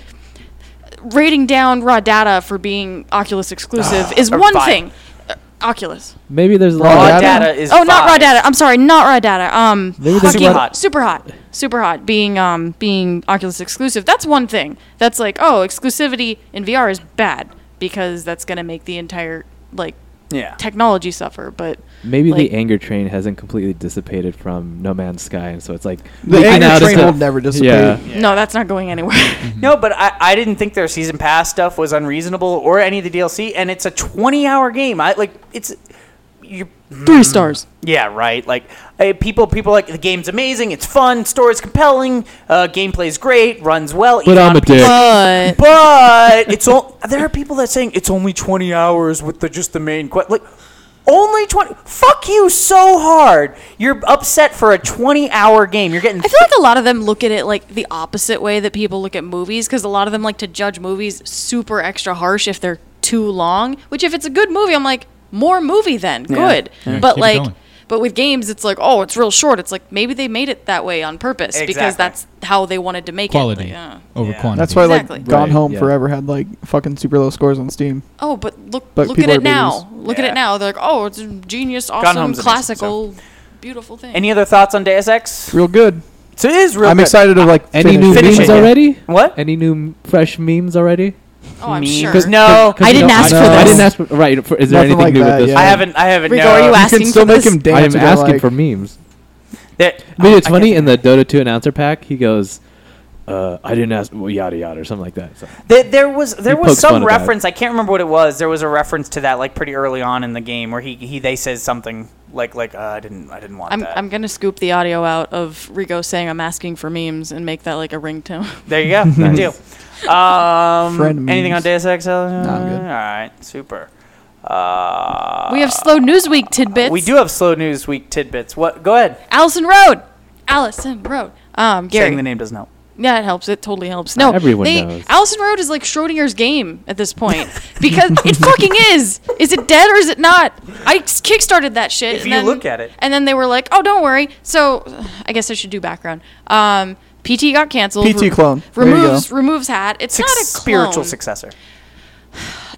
Speaker 4: rating down raw data for being Oculus exclusive is
Speaker 1: Or
Speaker 4: one
Speaker 1: Vive.
Speaker 4: thing. Uh, Oculus.
Speaker 2: Maybe there's a lot
Speaker 1: raw
Speaker 2: of
Speaker 5: Raw
Speaker 1: data,
Speaker 5: data?
Speaker 1: is
Speaker 4: oh, not raw
Speaker 1: five.
Speaker 4: data. I'm sorry, not raw data. Um,
Speaker 2: Maybe
Speaker 1: there's
Speaker 4: fucking-
Speaker 1: Super hot.
Speaker 4: super hot, super hot. Being um being Oculus exclusive. That's one thing. That's like oh, exclusivity in VR is bad because that's gonna make the entire like
Speaker 1: Yeah.
Speaker 4: technology suffer. But
Speaker 2: Maybe
Speaker 4: like-
Speaker 2: the anger train hasn't completely dissipated from No Man's Sky, and so it's like
Speaker 5: The
Speaker 2: leaking
Speaker 5: anger
Speaker 2: out
Speaker 5: train
Speaker 2: into-
Speaker 5: will never dissipate.
Speaker 2: Yeah.
Speaker 4: no, that's not going anywhere.
Speaker 1: No, but I, I didn't think their season pass stuff was unreasonable or any of the DLC, and it's a 20 hour game. I like it's you.
Speaker 4: Three stars.
Speaker 1: Yeah, right. Like eh, people, people like the game's amazing. It's fun. Story's compelling. Uh, gameplay's great. Runs well.
Speaker 2: But I'm a
Speaker 1: economy-
Speaker 4: But
Speaker 2: dick.
Speaker 1: But it's all. There are people that saying it's only twenty hours with the just the main quest. Like only twenty. Fuck you so hard. You're upset for a twenty-hour game. You're getting.
Speaker 4: I feel like a lot of them look at it like the opposite way that people look at movies because a lot of them like to judge movies super extra harsh if they're too long. Which if it's a good movie, I'm like more movie then good.
Speaker 3: Yeah,
Speaker 4: but
Speaker 3: keep it
Speaker 4: like,
Speaker 3: going.
Speaker 4: but with games, it's like oh, it's real short. It's like maybe they made it that way on purpose because
Speaker 1: Exactly.
Speaker 4: that's how they wanted to make
Speaker 3: Quality
Speaker 4: it. Like, uh.
Speaker 3: over
Speaker 1: Yeah.
Speaker 3: quantity.
Speaker 5: That's why
Speaker 4: Exactly.
Speaker 5: like Gone
Speaker 2: Right,
Speaker 5: Home
Speaker 2: yeah.
Speaker 5: Forever had like fucking super low scores on Steam.
Speaker 4: Oh, but look,
Speaker 5: But
Speaker 4: look at
Speaker 5: people
Speaker 4: it
Speaker 5: are
Speaker 4: now. Look at
Speaker 1: Yeah.
Speaker 4: it now. They're like, oh, it's a genius,
Speaker 1: Home's
Speaker 4: awesome,
Speaker 1: amazing, so-
Speaker 4: classical, beautiful thing.
Speaker 1: Any other thoughts on Deus Ex?
Speaker 5: Real good.
Speaker 1: So it is real.
Speaker 5: I'm
Speaker 1: good.
Speaker 5: excited to like
Speaker 2: Any
Speaker 5: finish
Speaker 2: new
Speaker 5: it.
Speaker 1: Finish
Speaker 2: memes
Speaker 1: it, yeah.
Speaker 2: already?
Speaker 1: What?
Speaker 2: Any new m- fresh memes already?
Speaker 4: oh, I'm
Speaker 1: Memes.
Speaker 4: sure.
Speaker 1: 'Cause No,
Speaker 2: 'cause
Speaker 6: I
Speaker 2: you
Speaker 6: didn't
Speaker 2: don't-
Speaker 6: ask
Speaker 2: I
Speaker 6: for
Speaker 2: know. I
Speaker 6: this.
Speaker 2: didn't ask for. Right. For, is there
Speaker 5: Nothing
Speaker 2: anything
Speaker 5: like
Speaker 2: new
Speaker 5: that,
Speaker 2: with this?
Speaker 5: yeah.
Speaker 1: I
Speaker 2: one?
Speaker 1: haven't. I haven't.
Speaker 4: Rigo,
Speaker 1: no.
Speaker 4: are you
Speaker 5: You can
Speaker 4: asking
Speaker 5: still
Speaker 4: for
Speaker 5: make
Speaker 4: this?
Speaker 5: him dance.
Speaker 2: I'm
Speaker 5: with it,
Speaker 2: asking
Speaker 5: like-
Speaker 2: for memes.
Speaker 1: There-
Speaker 2: I mean,
Speaker 1: I
Speaker 2: it's
Speaker 1: can't
Speaker 2: funny
Speaker 1: think.
Speaker 2: in the Dota 2 announcer pack. He goes, uh, "I didn't ask." Well, yada yada or something like that. So.
Speaker 1: There, there was there
Speaker 2: He
Speaker 1: was
Speaker 2: pokes fun
Speaker 1: some
Speaker 2: at that.
Speaker 1: reference. I can't remember what it was. There was a reference to that like pretty early on in the game where he, he they says something like like uh, I didn't I didn't want
Speaker 4: I'm,
Speaker 1: that.
Speaker 4: I'm gonna scoop the audio out of Rigo saying I'm asking for memes and make that like a ringtone.
Speaker 1: There you go. Good deal. Um,
Speaker 5: Friend
Speaker 1: anything on
Speaker 5: memes.
Speaker 1: Deus Ex? No,
Speaker 5: I'm good.
Speaker 1: All right, super. Uh,
Speaker 4: we have slow news week tidbits.
Speaker 1: we do have slow news week tidbits. What? Go ahead.
Speaker 4: Allison Road. Allison Road. Um, Gary.
Speaker 1: Saying the name doesn't help.
Speaker 4: Yeah, it helps. It totally helps. No,
Speaker 2: Everyone
Speaker 4: they,
Speaker 2: knows.
Speaker 4: Allison Road is like Schrodinger's game at this point because it fucking is. Is it dead or is it not? I s- kickstarted that shit.
Speaker 1: If
Speaker 4: and
Speaker 1: you
Speaker 4: then-
Speaker 1: look at it.
Speaker 4: and then they were like, "Oh, don't worry." So, I guess I should do background. Um, PT got canceled.
Speaker 5: PT clone. There you
Speaker 4: removes
Speaker 5: go.
Speaker 4: removes hat. It's
Speaker 1: Six
Speaker 4: not a
Speaker 1: spiritual
Speaker 4: clone.
Speaker 1: successor.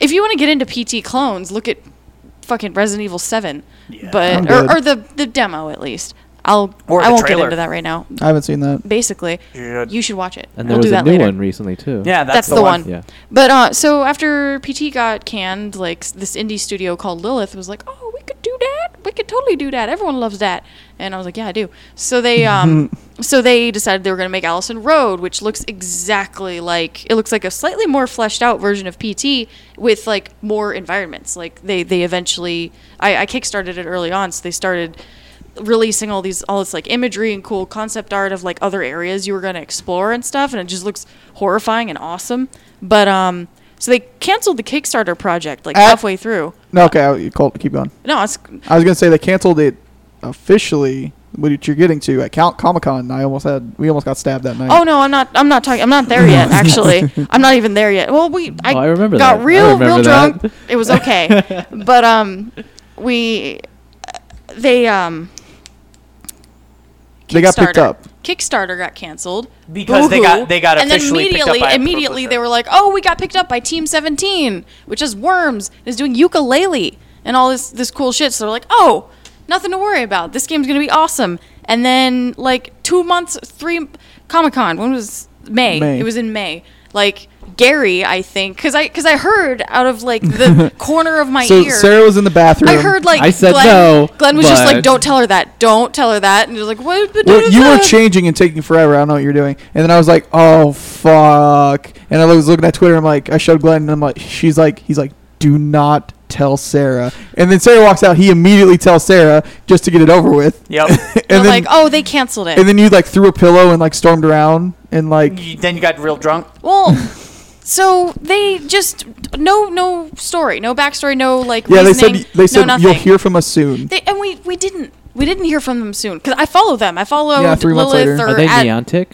Speaker 4: If you want to get into PT clones, look at fucking Resident Evil Seven,
Speaker 5: I'm
Speaker 4: but
Speaker 5: good.
Speaker 4: or, or the the demo at least. I'll
Speaker 1: Or
Speaker 4: I
Speaker 1: the
Speaker 4: won't
Speaker 1: trailer.
Speaker 4: get into that right now.
Speaker 5: I haven't seen that.
Speaker 4: Basically,
Speaker 1: should.
Speaker 4: you should watch it.
Speaker 2: And there
Speaker 4: we'll
Speaker 2: was
Speaker 4: do
Speaker 2: a
Speaker 4: that
Speaker 2: new
Speaker 4: later.
Speaker 2: one recently too.
Speaker 1: Yeah, that's,
Speaker 4: That's, the, one.
Speaker 2: Yeah.
Speaker 4: But uh, so after PT got canned, like s- this indie studio called Lilith was like, "Oh, we could do that. We could totally do that. Everyone loves that." And I was like, "Yeah, I do." So they um, so they decided they were going to make Allison Road, which looks exactly like it looks like a slightly more fleshed out version of PT with like more environments. Like they they eventually I, I kickstarted it early on, so they started releasing all these all this like imagery and cool concept art of like other areas you were going to explore and stuff and it just looks horrifying and awesome but um so they canceled the kickstarter project like
Speaker 5: At-
Speaker 4: halfway through
Speaker 5: No, okay, I, you call, keep going.
Speaker 4: no it's
Speaker 5: I was gonna say they canceled it officially. What you're getting to at Comic Con? I almost had we almost got stabbed that night.
Speaker 4: oh no i'm not i'm not talking i'm not there yet actually i'm not even there yet well we i,
Speaker 2: Oh, I remember
Speaker 4: got
Speaker 2: that. I
Speaker 4: real
Speaker 2: remember
Speaker 4: real
Speaker 2: that.
Speaker 4: drunk it was okay but um we they um
Speaker 5: They got picked
Speaker 4: Kickstarter-
Speaker 5: up.
Speaker 4: Kickstarter got canceled
Speaker 1: Because they got- they got
Speaker 4: and then
Speaker 1: officially picked up
Speaker 4: immediately
Speaker 1: by a
Speaker 4: immediately
Speaker 1: publisher.
Speaker 4: they were like, "Oh, we got picked up by Team 17, which is Worms, and is doing ukulele and all this this cool shit." So they're like, "Oh, nothing to worry about. This game's gonna be awesome." And then like two months, three Comic Con. When was May?
Speaker 5: May.
Speaker 4: It was in May. Like Gary, I think, because I because I heard out of like the corner of my
Speaker 5: So
Speaker 4: ear.
Speaker 5: Sarah was in the bathroom.
Speaker 4: I heard like
Speaker 2: I said
Speaker 4: Glenn,
Speaker 2: no,
Speaker 4: Glenn was just
Speaker 2: but-
Speaker 4: like, "Don't tell her that. Don't tell her that." And he was like, "What?"
Speaker 5: Well, you were changing and taking forever. I don't know what you're doing. And then I was like, oh fuck. And I was looking at Twitter. I'm like, I showed Glenn, and I'm like, she's like, he's like, do not tell Sarah. And then Sarah walks out. He immediately tells Sarah just to get it over with.
Speaker 1: Yep.
Speaker 5: and
Speaker 4: They're
Speaker 5: then
Speaker 4: like, "Oh, they canceled it."
Speaker 5: and then you like threw a pillow and like stormed around and like
Speaker 1: You- then you got real drunk.
Speaker 4: Well, so they just no no story, no backstory, no like
Speaker 5: yeah. They
Speaker 4: reasoning,
Speaker 5: said they said
Speaker 4: no nothing.
Speaker 5: you'll hear from us soon.
Speaker 4: They, and we we didn't we didn't hear from them soon because I follow them. I follow
Speaker 5: Yeah, three months
Speaker 4: Lilith
Speaker 5: later. Mm-hmm.
Speaker 4: or
Speaker 2: Are they
Speaker 4: at,
Speaker 2: Neontic?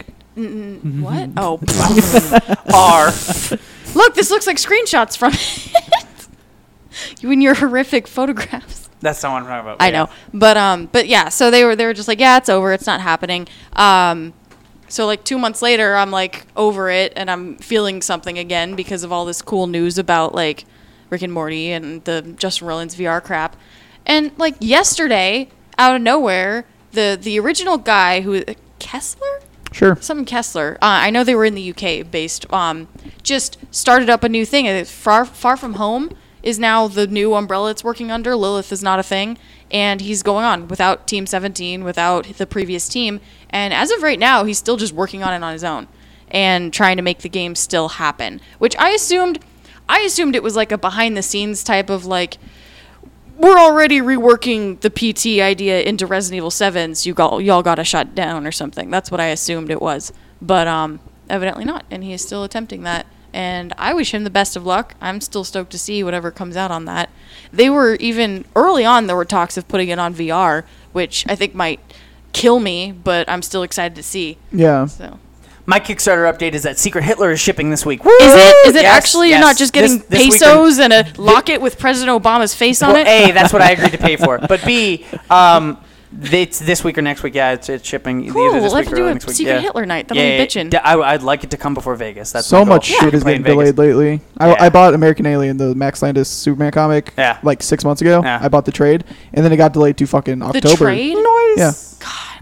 Speaker 4: what? Oh,
Speaker 1: Are
Speaker 4: look, this looks like screenshots from it. you and your horrific photographs.
Speaker 1: that's not what I'm talking about.
Speaker 4: I know, but um, but yeah. So they were they were just like, yeah, it's over, it's not happening. Um, so like two months later, I'm like over it, and I'm feeling something again because of all this cool news about like Rick and Morty and the Justin Roiland's VR crap, and like yesterday, out of nowhere, the the original guy who Kessler
Speaker 5: Sure.
Speaker 4: something Kessler. Uh, I know they were in the UK based. Um, just started up a new thing. It's Far Far From Home is now the new umbrella it's working under. Lilith is not a thing, and he's going on without Team 17, without the previous team, and as of right now, he's still just working on it on his own and trying to make the game still happen. Which I assumed, I assumed it was like a behind the scenes type of like we're already reworking the PT idea into Resident Evil 7, so you got, y'all got to shut down or something. That's what I assumed it was. But um, evidently not, and he is still attempting that. And I wish him the best of luck. I'm still stoked to see whatever comes out on that. They were even early on, there were talks of putting it on VR, which I think might kill me, but I'm still excited to see.
Speaker 5: Yeah.
Speaker 4: So.
Speaker 1: My Kickstarter update is that Secret Hitler is shipping this week.
Speaker 4: Is it? Is it
Speaker 1: Yes,
Speaker 4: actually?
Speaker 1: yes.
Speaker 4: You're not just
Speaker 1: This-
Speaker 4: getting
Speaker 1: this weekend-
Speaker 4: pesos and a locket with President Obama's face on
Speaker 1: Well,
Speaker 4: it?
Speaker 1: A, that's what I agreed to pay for. But B, um, it's this week or next week. Yeah, it's, it's shipping
Speaker 4: Cool,
Speaker 1: either this
Speaker 4: we'll
Speaker 1: week
Speaker 4: have to
Speaker 1: or
Speaker 4: do
Speaker 1: early
Speaker 4: a
Speaker 1: next week.
Speaker 4: Secret
Speaker 1: yeah.
Speaker 4: Hitler night. That'll
Speaker 1: yeah,
Speaker 4: be
Speaker 1: yeah,
Speaker 4: bitching.
Speaker 1: yeah. I, would like it to come before Vegas. That's my
Speaker 5: so
Speaker 1: goal.
Speaker 5: much shit has
Speaker 1: Play
Speaker 5: been
Speaker 1: in Vegas.
Speaker 5: delayed lately.
Speaker 1: Yeah.
Speaker 5: I, I bought American Alien, the Max Landis Superman comic,
Speaker 1: Yeah.
Speaker 5: like six months ago.
Speaker 1: Yeah.
Speaker 5: I bought the trade, and then it got delayed to fucking
Speaker 4: the
Speaker 5: October.
Speaker 4: trade?
Speaker 5: Yeah.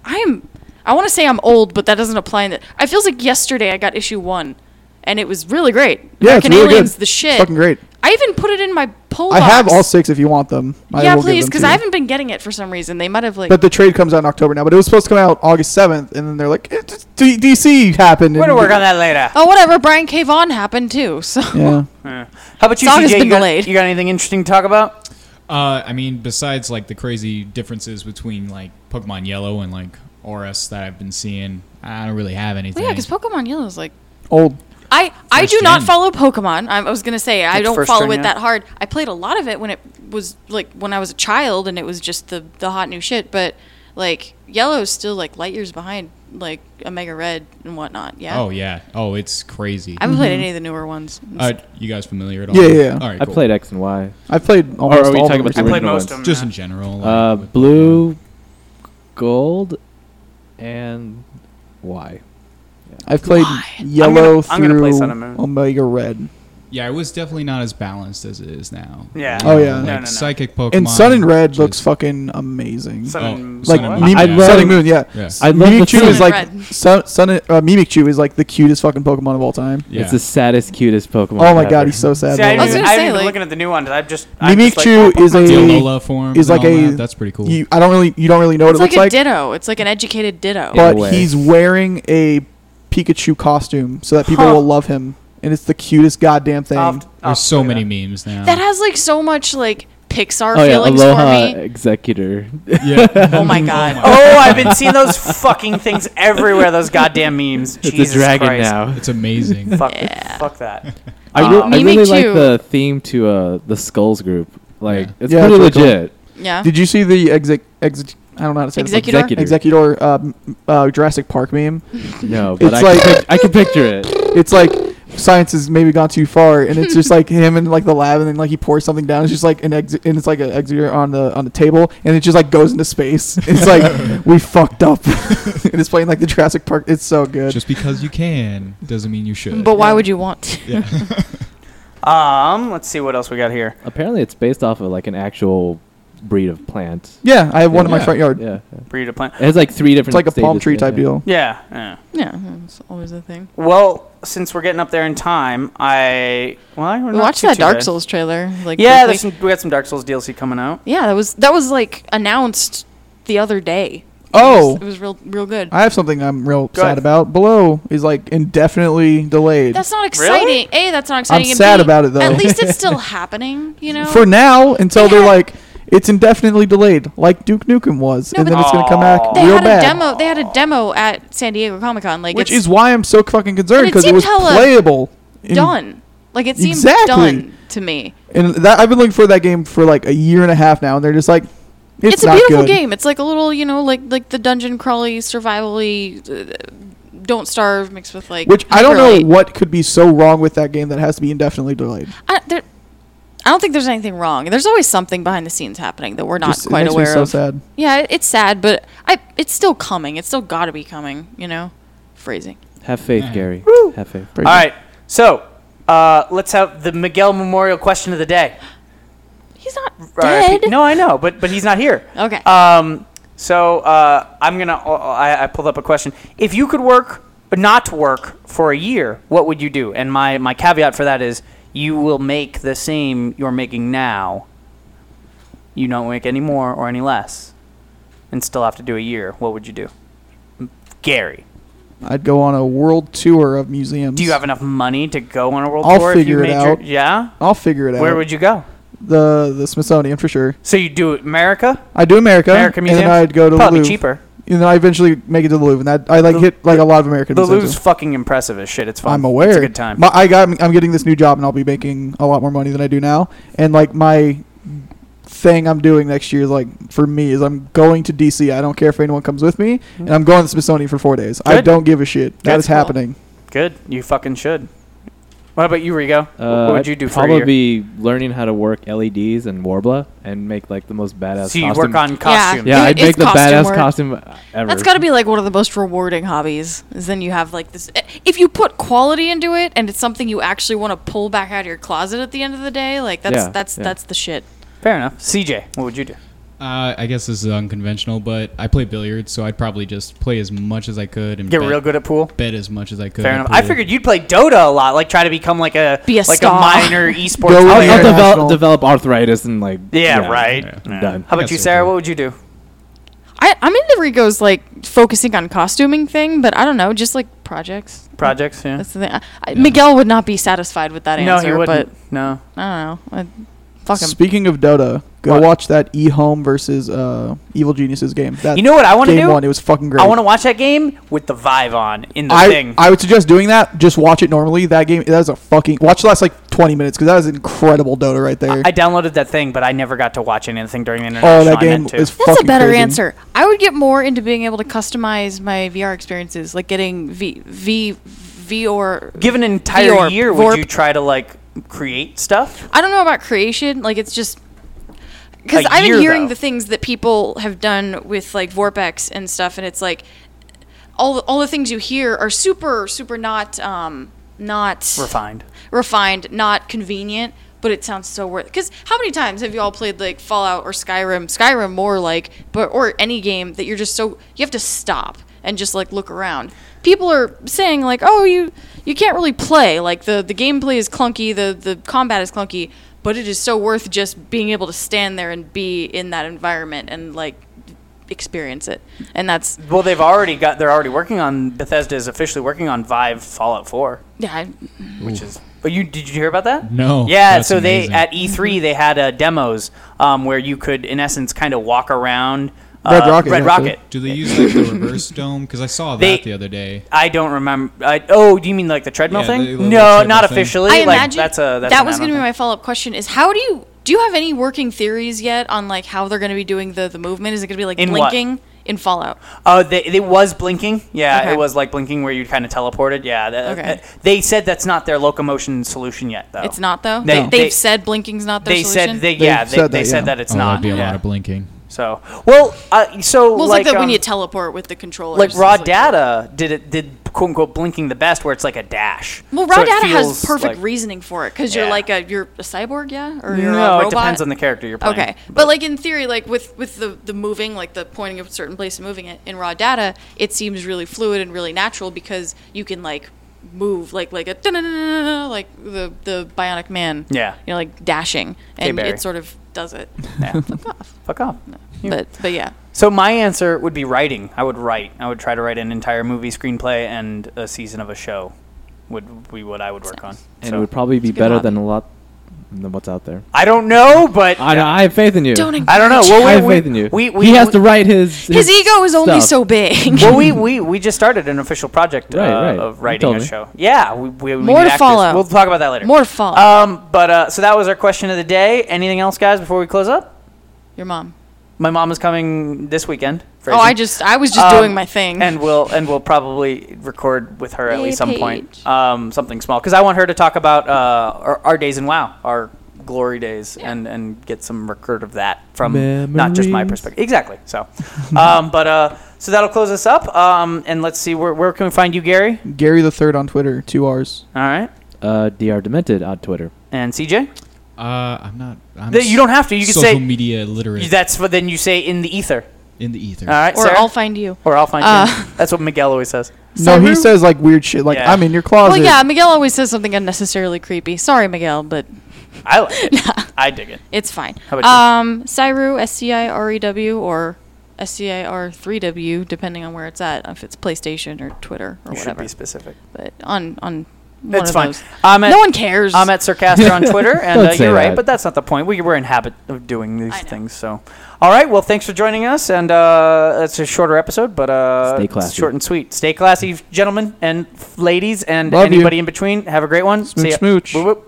Speaker 4: I'm. I want to say I'm old, but that doesn't apply. In that I feels like yesterday I got issue one, and it was really great.
Speaker 5: Yeah, it's
Speaker 4: American
Speaker 5: really
Speaker 4: Aliens,
Speaker 5: good.
Speaker 4: the
Speaker 5: It's
Speaker 4: shit.
Speaker 5: fucking great.
Speaker 4: I even put it in my pull.
Speaker 5: I have
Speaker 4: box.
Speaker 5: all six if you want them. I
Speaker 4: yeah,
Speaker 5: will give
Speaker 4: please,
Speaker 5: them
Speaker 4: because
Speaker 5: to
Speaker 4: I
Speaker 5: you.
Speaker 4: haven't been getting it for some reason. They might have like.
Speaker 5: But the trade comes out in October now. But it was supposed to come out August seventh, and then they're like, eh, it's- D- DC happened.
Speaker 1: We're
Speaker 5: and-
Speaker 1: gonna work on that later.
Speaker 4: oh whatever, Brian K. Vaughan happened too. So
Speaker 5: Yeah.
Speaker 1: How about you,
Speaker 4: Song has
Speaker 1: CJ? You
Speaker 4: been
Speaker 1: got,
Speaker 4: delayed.
Speaker 1: you got anything interesting to talk about?
Speaker 3: Uh, I mean, besides like the crazy differences between like Pokemon Yellow and like Oris that I've been seeing, I don't really have anything.
Speaker 4: yeah, because Pokemon Yellow is like.
Speaker 5: Old.
Speaker 4: I, I
Speaker 3: First
Speaker 4: do not
Speaker 3: gen.
Speaker 4: follow Pokemon. I, I was gonna say I
Speaker 1: It's
Speaker 4: don't
Speaker 1: first
Speaker 4: follow
Speaker 1: gen,
Speaker 4: it
Speaker 1: yeah.
Speaker 4: that hard. I played a lot of it when it was like when I was a child and it was just the the hot new shit. But like Yellow's still like light years behind like Omega Red and whatnot. Yeah.
Speaker 3: Oh yeah. Oh, it's crazy.
Speaker 4: I haven't played any of the newer ones.
Speaker 3: Uh, you guys familiar at all?
Speaker 5: Yeah, yeah, yeah.
Speaker 3: All right.
Speaker 2: I
Speaker 3: cool.
Speaker 2: played X and Y.
Speaker 5: I played almost
Speaker 2: are we
Speaker 5: all
Speaker 2: talking
Speaker 5: the
Speaker 2: about
Speaker 1: I
Speaker 5: original-
Speaker 2: the
Speaker 1: played
Speaker 2: original
Speaker 1: most of
Speaker 2: ones.
Speaker 1: them.
Speaker 3: Just
Speaker 1: yeah.
Speaker 3: in general. like,
Speaker 2: Uh,
Speaker 3: with-
Speaker 2: blue, gold, and Y.
Speaker 5: I've played
Speaker 1: I'm
Speaker 5: yellow
Speaker 1: gonna- I'm gonna play
Speaker 5: through
Speaker 1: Sun and Moon.
Speaker 5: Omega Red.
Speaker 3: Yeah, it was definitely not as balanced as it is now.
Speaker 1: Yeah.
Speaker 5: Oh, yeah.
Speaker 3: Like
Speaker 1: No, no, no.
Speaker 3: Psychic Pokemon.
Speaker 5: And Sun and Red
Speaker 3: which
Speaker 5: looks
Speaker 3: is-
Speaker 5: fucking amazing.
Speaker 1: Sun
Speaker 3: Oh,
Speaker 1: and
Speaker 3: Sun
Speaker 5: like
Speaker 3: and
Speaker 1: Moon.
Speaker 3: Moon.
Speaker 5: Mimi-
Speaker 2: I'd
Speaker 5: Sun
Speaker 2: rather-
Speaker 5: and Moon, yeah.
Speaker 3: Yeah.
Speaker 2: I love the
Speaker 5: Mimikyu
Speaker 4: Sun
Speaker 5: is
Speaker 4: and
Speaker 5: like
Speaker 4: Red.
Speaker 5: Sun, Sun and, uh, Mimikyu is like the cutest fucking Pokemon of all time.
Speaker 3: Yeah.
Speaker 2: It's the saddest, cutest Pokemon.
Speaker 5: Oh my
Speaker 2: ever.
Speaker 5: god, he's so sad.
Speaker 1: See, I,
Speaker 5: though.
Speaker 4: I
Speaker 1: didn't
Speaker 4: was
Speaker 1: even,
Speaker 4: gonna
Speaker 1: I didn't
Speaker 4: say,
Speaker 1: even
Speaker 4: like-
Speaker 1: look into the new ones. I just I'm just like,
Speaker 5: Mimikyu is a
Speaker 3: Dialga forms
Speaker 5: is
Speaker 3: and
Speaker 5: like
Speaker 3: all
Speaker 5: a
Speaker 3: that. That's pretty cool.
Speaker 5: You, I don't really you don't really know what
Speaker 4: it's
Speaker 5: it
Speaker 4: like
Speaker 5: looks
Speaker 4: a
Speaker 5: like,
Speaker 4: ditto. It's like an educated ditto.
Speaker 2: Yeah.
Speaker 5: but
Speaker 2: way.
Speaker 5: he's wearing a Pikachu costume so that people
Speaker 1: Huh.
Speaker 5: will love him, and it's the cutest goddamn thing.
Speaker 1: I'll have to- I'll have
Speaker 3: There's
Speaker 1: to
Speaker 3: so
Speaker 1: play
Speaker 3: many
Speaker 1: Oh, that.
Speaker 3: memes now.
Speaker 4: That has like so much like Pixar
Speaker 2: Oh yeah,
Speaker 4: feelings
Speaker 2: Aloha
Speaker 4: for me.
Speaker 2: Executor.
Speaker 3: yeah.
Speaker 4: Oh my god.
Speaker 1: Oh, I've been seeing those fucking things everywhere. Those goddamn memes.
Speaker 2: It's
Speaker 1: Jesus
Speaker 2: a dragon
Speaker 1: Christ.
Speaker 2: now.
Speaker 3: It's amazing.
Speaker 1: Fuck,
Speaker 4: Yeah.
Speaker 1: fuck that.
Speaker 2: I, re-
Speaker 4: Um,
Speaker 2: I really like
Speaker 4: Mimikyu.
Speaker 2: the theme to uh, the Skulls group. Like
Speaker 3: Yeah.
Speaker 2: it's
Speaker 5: Yeah,
Speaker 2: pretty
Speaker 5: it's really cool.
Speaker 2: legit.
Speaker 4: Yeah.
Speaker 5: Did you see the exec exec? I don't know how to say this, like,
Speaker 4: Executor?
Speaker 2: Executor.
Speaker 5: Executor uh, m- uh, Jurassic Park meme.
Speaker 2: No, but
Speaker 5: It's
Speaker 2: I,
Speaker 5: like-
Speaker 2: can pic- I can picture it.
Speaker 5: It's like science has maybe gone too far, and it's just like him and like the lab, and then like he pours something down. It's just like an exit, and it's like an executor on the on the table, and it just like goes into space. It's like we fucked up, and it's playing like the Jurassic Park. It's so good.
Speaker 3: Just because you can doesn't mean you should.
Speaker 4: But why would you want to?
Speaker 1: Um, let's see what else we got here.
Speaker 2: Apparently, it's based off of like an actual breed of plant.
Speaker 5: yeah, I have one in my
Speaker 3: Yeah.
Speaker 5: front yard.
Speaker 2: Yeah, yeah.
Speaker 1: Breed of plant.
Speaker 2: it has like three
Speaker 5: It's
Speaker 2: different.
Speaker 5: like a palm
Speaker 2: stages,
Speaker 5: tree
Speaker 2: yeah,
Speaker 5: type
Speaker 2: yeah.
Speaker 5: deal.
Speaker 1: Yeah. yeah.
Speaker 4: Yeah, it's always a thing.
Speaker 1: Well, since we're getting up there in time, I well, I
Speaker 4: We watched that Dark Souls trailer. Like
Speaker 1: Yeah,
Speaker 4: briefly.
Speaker 1: there's some, we got some Dark Souls DLC coming out.
Speaker 4: yeah, that was that was like announced the other day.
Speaker 5: Oh.
Speaker 4: it was, it was real real good.
Speaker 5: I have something I'm real
Speaker 1: Go
Speaker 5: sad
Speaker 1: ahead.
Speaker 5: about. Below is like indefinitely delayed.
Speaker 4: that's not
Speaker 1: Really?
Speaker 4: exciting. A, that's not exciting. and
Speaker 5: sad
Speaker 4: B,
Speaker 5: about it, though.
Speaker 4: At least it's still happening. You know.
Speaker 5: for now until they're
Speaker 4: Yeah.
Speaker 5: like it's indefinitely delayed, like Duke Nukem was,
Speaker 4: No,
Speaker 5: and
Speaker 4: but
Speaker 5: then it's gonna come back
Speaker 4: they
Speaker 5: real
Speaker 4: had
Speaker 5: bad.
Speaker 4: a demo. They had a demo at San Diego Comic Con. Like
Speaker 5: which
Speaker 4: it's
Speaker 5: is why I'm so fucking concerned
Speaker 4: And it
Speaker 5: because it
Speaker 4: seemed
Speaker 5: was
Speaker 4: hella
Speaker 5: playable. in-
Speaker 4: done. Like it seems
Speaker 5: Exactly.
Speaker 4: done to me.
Speaker 5: and that, I've been looking for that game for like a year and a half now, and they're just like, it's,
Speaker 4: It's, a
Speaker 5: not
Speaker 4: beautiful
Speaker 5: good.
Speaker 4: game. It's like a little, you know, like like the dungeon crawly, survivally, uh, don't starve mixed with like.
Speaker 5: Which I don't
Speaker 4: hyperlight.
Speaker 5: know what could be so wrong with that game that has to be indefinitely delayed.
Speaker 4: I, there, I don't think there's anything wrong. There's always something behind the scenes happening that we're not
Speaker 5: Just- it
Speaker 4: quite
Speaker 5: makes
Speaker 4: aware
Speaker 5: me so
Speaker 4: of.
Speaker 5: sad.
Speaker 4: Yeah, it, it's sad, but I it's still coming. It's still got to be coming. You know, phrasing.
Speaker 2: Have faith,
Speaker 3: Yeah.
Speaker 2: Gary. Have faith.
Speaker 5: Pretty
Speaker 1: All right. So, uh, let's have the Miguel Memorial question of the day.
Speaker 4: He's not
Speaker 1: RIP.
Speaker 4: dead.
Speaker 1: No, I know, but but he's not here.
Speaker 4: Okay.
Speaker 1: Um. So uh, I'm gonna. Uh, I, I pulled up a question. If you could work, not work for a year, what would you do? And my my caveat for that is you will make the same you're making now. You don't make any more or any less, and still have to do a year. What would you do, Gary?
Speaker 5: I'd go on a world tour of museums.
Speaker 1: Do you have enough money to go on a world
Speaker 5: I'll
Speaker 1: tour?
Speaker 5: figure
Speaker 1: if
Speaker 5: it
Speaker 1: you made your-
Speaker 5: out.
Speaker 1: yeah.
Speaker 5: I'll figure it out.
Speaker 1: Where would you go?
Speaker 5: the the Smithsonian for sure?
Speaker 1: So you do America,
Speaker 5: I do America,
Speaker 1: American
Speaker 5: and
Speaker 1: museums.
Speaker 5: then I'd go to the
Speaker 1: probably
Speaker 5: Louvre.
Speaker 1: cheaper.
Speaker 5: and then I eventually make it to the Louvre, and that I like
Speaker 1: The-
Speaker 5: hit like a lot of American.
Speaker 1: The
Speaker 5: museums.
Speaker 1: Lou's fucking impressive as shit. It's fun.
Speaker 5: I'm aware.
Speaker 1: It's a good time.
Speaker 5: My, I got. I'm getting this new job, and I'll be making a lot more money than I do now. And like my thing I'm doing next year, like for me, is I'm going to DC. I don't care if anyone comes with me, and I'm going to the Smithsonian for four days. I
Speaker 1: Mm-hmm. Good.
Speaker 5: don't give a shit. That
Speaker 4: That's
Speaker 5: is
Speaker 4: cool.
Speaker 5: happening.
Speaker 1: Good. You fucking should. What about you, Rigo?
Speaker 2: Uh,
Speaker 1: what would you
Speaker 2: I'd
Speaker 1: do for
Speaker 2: probably
Speaker 1: a year?
Speaker 2: be learning how to work LEDs and Warbler and make like the most badass.
Speaker 1: So you
Speaker 2: costume.
Speaker 1: work on costumes.
Speaker 2: Yeah,
Speaker 4: It-
Speaker 2: I'd
Speaker 4: it's
Speaker 2: make the
Speaker 4: costume
Speaker 2: badass
Speaker 4: work.
Speaker 2: costume ever.
Speaker 4: That's got to be like one of the most rewarding hobbies. Is then you have like this. eh, If you put quality into it, and it's something you actually want to pull back out of your closet at the end of the day, like that's
Speaker 2: Yeah,
Speaker 4: that's
Speaker 2: yeah.
Speaker 4: that's the shit.
Speaker 1: Fair enough. CJ, what would you do?
Speaker 3: Uh, I guess this is unconventional, but I play billiards, so I'd probably just play as much as I could and
Speaker 1: Get
Speaker 3: bet,
Speaker 1: real good at pool.
Speaker 3: bet as much as I could.
Speaker 1: Fair
Speaker 3: at
Speaker 1: enough. I
Speaker 3: pool.
Speaker 1: figured you'd play Dota a lot, like try to become like a,
Speaker 4: Be a
Speaker 1: like a
Speaker 4: star.
Speaker 1: minor esports
Speaker 5: Go
Speaker 2: I'll,
Speaker 1: player.
Speaker 2: I'll
Speaker 5: Yeah.
Speaker 2: develop,
Speaker 5: National.
Speaker 2: develop arthritis and like.
Speaker 1: yeah, right.
Speaker 3: yeah.
Speaker 1: Yeah.
Speaker 2: Done.
Speaker 1: How about
Speaker 3: Yes,
Speaker 1: you,
Speaker 3: I
Speaker 1: Sarah?
Speaker 3: do.
Speaker 1: What would you do?
Speaker 4: I, I'm into Rico's like focusing on costuming thing, but I don't know, just like projects.
Speaker 1: Projects? Yeah.
Speaker 4: That's the thing. I, I- Miguel would not be satisfied with that
Speaker 1: no,
Speaker 4: answer,
Speaker 1: he
Speaker 4: but
Speaker 1: wouldn't. no.
Speaker 4: I don't know. I, fuck him.
Speaker 5: Speaking of Dota, go
Speaker 1: What?
Speaker 5: watch that E Home versus uh, Evil Geniuses game. That
Speaker 1: You know what I want to
Speaker 5: game
Speaker 1: do?
Speaker 5: one. It was fucking great.
Speaker 1: I want to watch that game with the Vive on in the
Speaker 5: I,
Speaker 1: thing.
Speaker 5: I would suggest doing that. Just watch it normally. That game, that is a fucking. Watch the last like 20 minutes because that was incredible Dota right there.
Speaker 1: I downloaded that thing, but I never got to watch anything during the
Speaker 5: oh,
Speaker 1: international.
Speaker 5: that
Speaker 1: I
Speaker 5: game
Speaker 1: meant to.
Speaker 5: is
Speaker 4: That's a
Speaker 5: fucking
Speaker 4: better
Speaker 5: crazy.
Speaker 4: answer. I would get more into being able to customize my VR experiences, like getting V V V or
Speaker 1: Give an entire
Speaker 4: Vorp,
Speaker 1: year, would
Speaker 4: Vorp.
Speaker 1: you try to like create stuff?
Speaker 4: I don't know about creation. Like it's just because
Speaker 1: A
Speaker 4: I've
Speaker 1: year,
Speaker 4: been hearing
Speaker 1: though.
Speaker 4: the things that people have done with like Vorpex and stuff, and it's like all the, all the things you hear are super super not um not
Speaker 1: Refined.
Speaker 4: refined, not convenient, but it sounds so worth. Because how many times have you all played like Fallout or Skyrim? Skyrim more like, but or any game that you're just so you have to stop and just like look around. People are saying like, oh, you you can't really play. Like the the gameplay is clunky, the the combat is clunky, but it is so worth just being able to stand there and be in that environment and like experience it. And that's
Speaker 1: Well, they've already got. They're already working on. Bethesda is officially working on Vive Fallout Four,
Speaker 4: yeah. I-
Speaker 1: which is. But you did you hear about that?
Speaker 3: No,
Speaker 1: Yeah,
Speaker 3: that's
Speaker 1: so
Speaker 3: amazing.
Speaker 1: they at E3 they had uh, demos um, where you could in essence kind of walk around uh,
Speaker 5: Red Rocket,
Speaker 1: Red
Speaker 5: actually.
Speaker 1: Rocket.
Speaker 3: Do they use like the reverse dome? Because I saw that
Speaker 1: They-
Speaker 3: the other day.
Speaker 1: I don't remember. I, oh, do you mean like the treadmill
Speaker 3: Yeah,
Speaker 1: thing?
Speaker 3: the little
Speaker 1: no,
Speaker 3: treadmill
Speaker 1: not
Speaker 3: thing.
Speaker 1: officially.
Speaker 4: I
Speaker 1: like,
Speaker 4: imagine
Speaker 1: that's a that's
Speaker 4: that
Speaker 1: an
Speaker 4: was going to be
Speaker 1: announcement.
Speaker 4: my follow up question: is how do you do you have any working theories yet on like how they're going to be doing the the movement? Is it going to be like
Speaker 1: In what?
Speaker 4: blinking in Fallout?
Speaker 1: Oh, they, it was blinking. Yeah,
Speaker 4: Okay.
Speaker 1: it was like blinking where you kind of teleported. Yeah. that-
Speaker 4: Okay.
Speaker 1: that- They said that's not their locomotion solution yet, though.
Speaker 4: It's not though.
Speaker 1: Oh. They-
Speaker 4: They,
Speaker 1: No.
Speaker 4: have
Speaker 1: they-
Speaker 4: said blinking's not their
Speaker 1: They said
Speaker 4: solution.
Speaker 1: they
Speaker 5: They've
Speaker 1: yeah they
Speaker 5: said
Speaker 1: they
Speaker 5: that,
Speaker 1: said
Speaker 5: yeah.
Speaker 1: that it's
Speaker 3: oh,
Speaker 1: not.
Speaker 3: that'd be a
Speaker 1: yeah.
Speaker 3: lot of blinking.
Speaker 1: So well, uh, so
Speaker 4: well, it's like,
Speaker 1: like
Speaker 4: that when
Speaker 1: um,
Speaker 4: you teleport with the controller.
Speaker 1: like raw data did it did quote unquote blinking the best where it's like a dash.
Speaker 4: Well, raw
Speaker 1: So it
Speaker 4: data has
Speaker 1: feels
Speaker 4: perfect
Speaker 1: like-
Speaker 4: reasoning for it because
Speaker 1: Yeah.
Speaker 4: you're like a you're a cyborg, yeah, or you're
Speaker 1: No,
Speaker 4: a robot.
Speaker 1: it depends on the character you're playing.
Speaker 4: Okay, but, like in theory, like with with the the moving, like the pointing of a certain place and moving it in raw data, it seems really fluid and really natural because you can like move like like a dun-dun-dun-dun-dun, like the the Bionic Man.
Speaker 1: Yeah.
Speaker 4: you know, like dashing, and
Speaker 1: Barry.
Speaker 4: it sort of does it.
Speaker 1: Yeah.
Speaker 4: Fuck off.
Speaker 1: fuck off.
Speaker 4: But but yeah,
Speaker 1: So my answer would be writing. I would write. I would try to write an entire movie screenplay and a season of a show. Would be what I would work on.
Speaker 2: and it
Speaker 1: So-
Speaker 2: would probably be
Speaker 4: good
Speaker 2: better
Speaker 4: hobby.
Speaker 2: than a lot than what's out there.
Speaker 1: I don't know, but
Speaker 2: I, I have faith in you.
Speaker 4: Don't
Speaker 1: I don't know.
Speaker 4: encourage
Speaker 1: Well,
Speaker 2: I
Speaker 1: we,
Speaker 2: have
Speaker 1: we,
Speaker 2: faith in you.
Speaker 1: We, we,
Speaker 2: he has
Speaker 1: we-
Speaker 2: to write his.
Speaker 4: his ego is only
Speaker 2: stuff.
Speaker 4: so big.
Speaker 1: Well, we, we, we just started an official project
Speaker 2: Right,
Speaker 1: uh,
Speaker 2: right.
Speaker 1: of
Speaker 2: You
Speaker 1: writing
Speaker 2: told
Speaker 1: a
Speaker 2: me.
Speaker 1: show. Yeah, we, we, we
Speaker 4: More
Speaker 1: need
Speaker 4: to
Speaker 1: actors.
Speaker 4: follow.
Speaker 1: We'll talk about that later.
Speaker 4: More to follow.
Speaker 1: Um, but uh, so that was our question of the day. Anything else, guys, before we close up?
Speaker 4: Your mom.
Speaker 1: My mom is coming this weekend.
Speaker 4: Oh, I
Speaker 1: Phrasing.
Speaker 4: just I was just
Speaker 1: Um,
Speaker 4: doing my thing.
Speaker 1: and we'll and we'll probably record with her at
Speaker 4: Yay,
Speaker 1: least some
Speaker 4: Paige.
Speaker 1: point, um, something small, because I want her to talk about uh, our, our days in WoW, our glory days, and and get some record of that from not just my
Speaker 2: Memories.
Speaker 1: perspective. Exactly. So, um, but uh, so that'll close us up, um, and let's see where where can we find you, Gary?
Speaker 5: Gary the Third on Twitter, two R's.
Speaker 1: All right,
Speaker 2: Uh, Dr. Demented on Twitter.
Speaker 1: and CJ.
Speaker 3: Uh, I'm not. I'm
Speaker 1: Th- you don't have to. You can
Speaker 3: social
Speaker 1: say
Speaker 3: media literate
Speaker 1: that's what then you Uh, say in the ether.
Speaker 3: in the ether.
Speaker 1: All right,
Speaker 4: or
Speaker 1: Sarah?
Speaker 4: I'll find you.
Speaker 1: or I'll find
Speaker 4: Uh.
Speaker 1: you. That's what Miguel always says.
Speaker 5: No, he
Speaker 4: Cyber-
Speaker 5: says like weird shit. Like
Speaker 1: Yeah.
Speaker 5: I'm in your closet.
Speaker 4: Well, yeah, Miguel always says something unnecessarily creepy. Sorry, Miguel, but
Speaker 1: I like it. I dig it.
Speaker 4: it's fine.
Speaker 1: How about
Speaker 4: um, Cyru, S C I R E W, or S C I R 3W, depending on where it's at, if it's PlayStation or Twitter or
Speaker 1: You should
Speaker 4: whatever.
Speaker 1: be specific. Um,
Speaker 4: But on on one
Speaker 1: That's
Speaker 4: of
Speaker 1: fine.
Speaker 4: those.
Speaker 1: I'm at-
Speaker 4: no one cares.
Speaker 1: I'm at Sircaster on Twitter, and
Speaker 2: Don't
Speaker 1: uh,
Speaker 2: say
Speaker 1: you're right,
Speaker 2: that.
Speaker 1: but that's not the point. We, we're in habit of doing these
Speaker 4: I know.
Speaker 1: things. So, all right. Well, thanks for joining us, and uh, it's a shorter episode, but uh,
Speaker 2: Stay
Speaker 1: it's
Speaker 2: classy.
Speaker 1: short and sweet. Stay classy, gentlemen and f- ladies, and
Speaker 5: Love you.
Speaker 1: anybody in between. Have a great one.
Speaker 5: Smooch,
Speaker 1: ya.
Speaker 5: smooch.
Speaker 1: Whoop, whoop.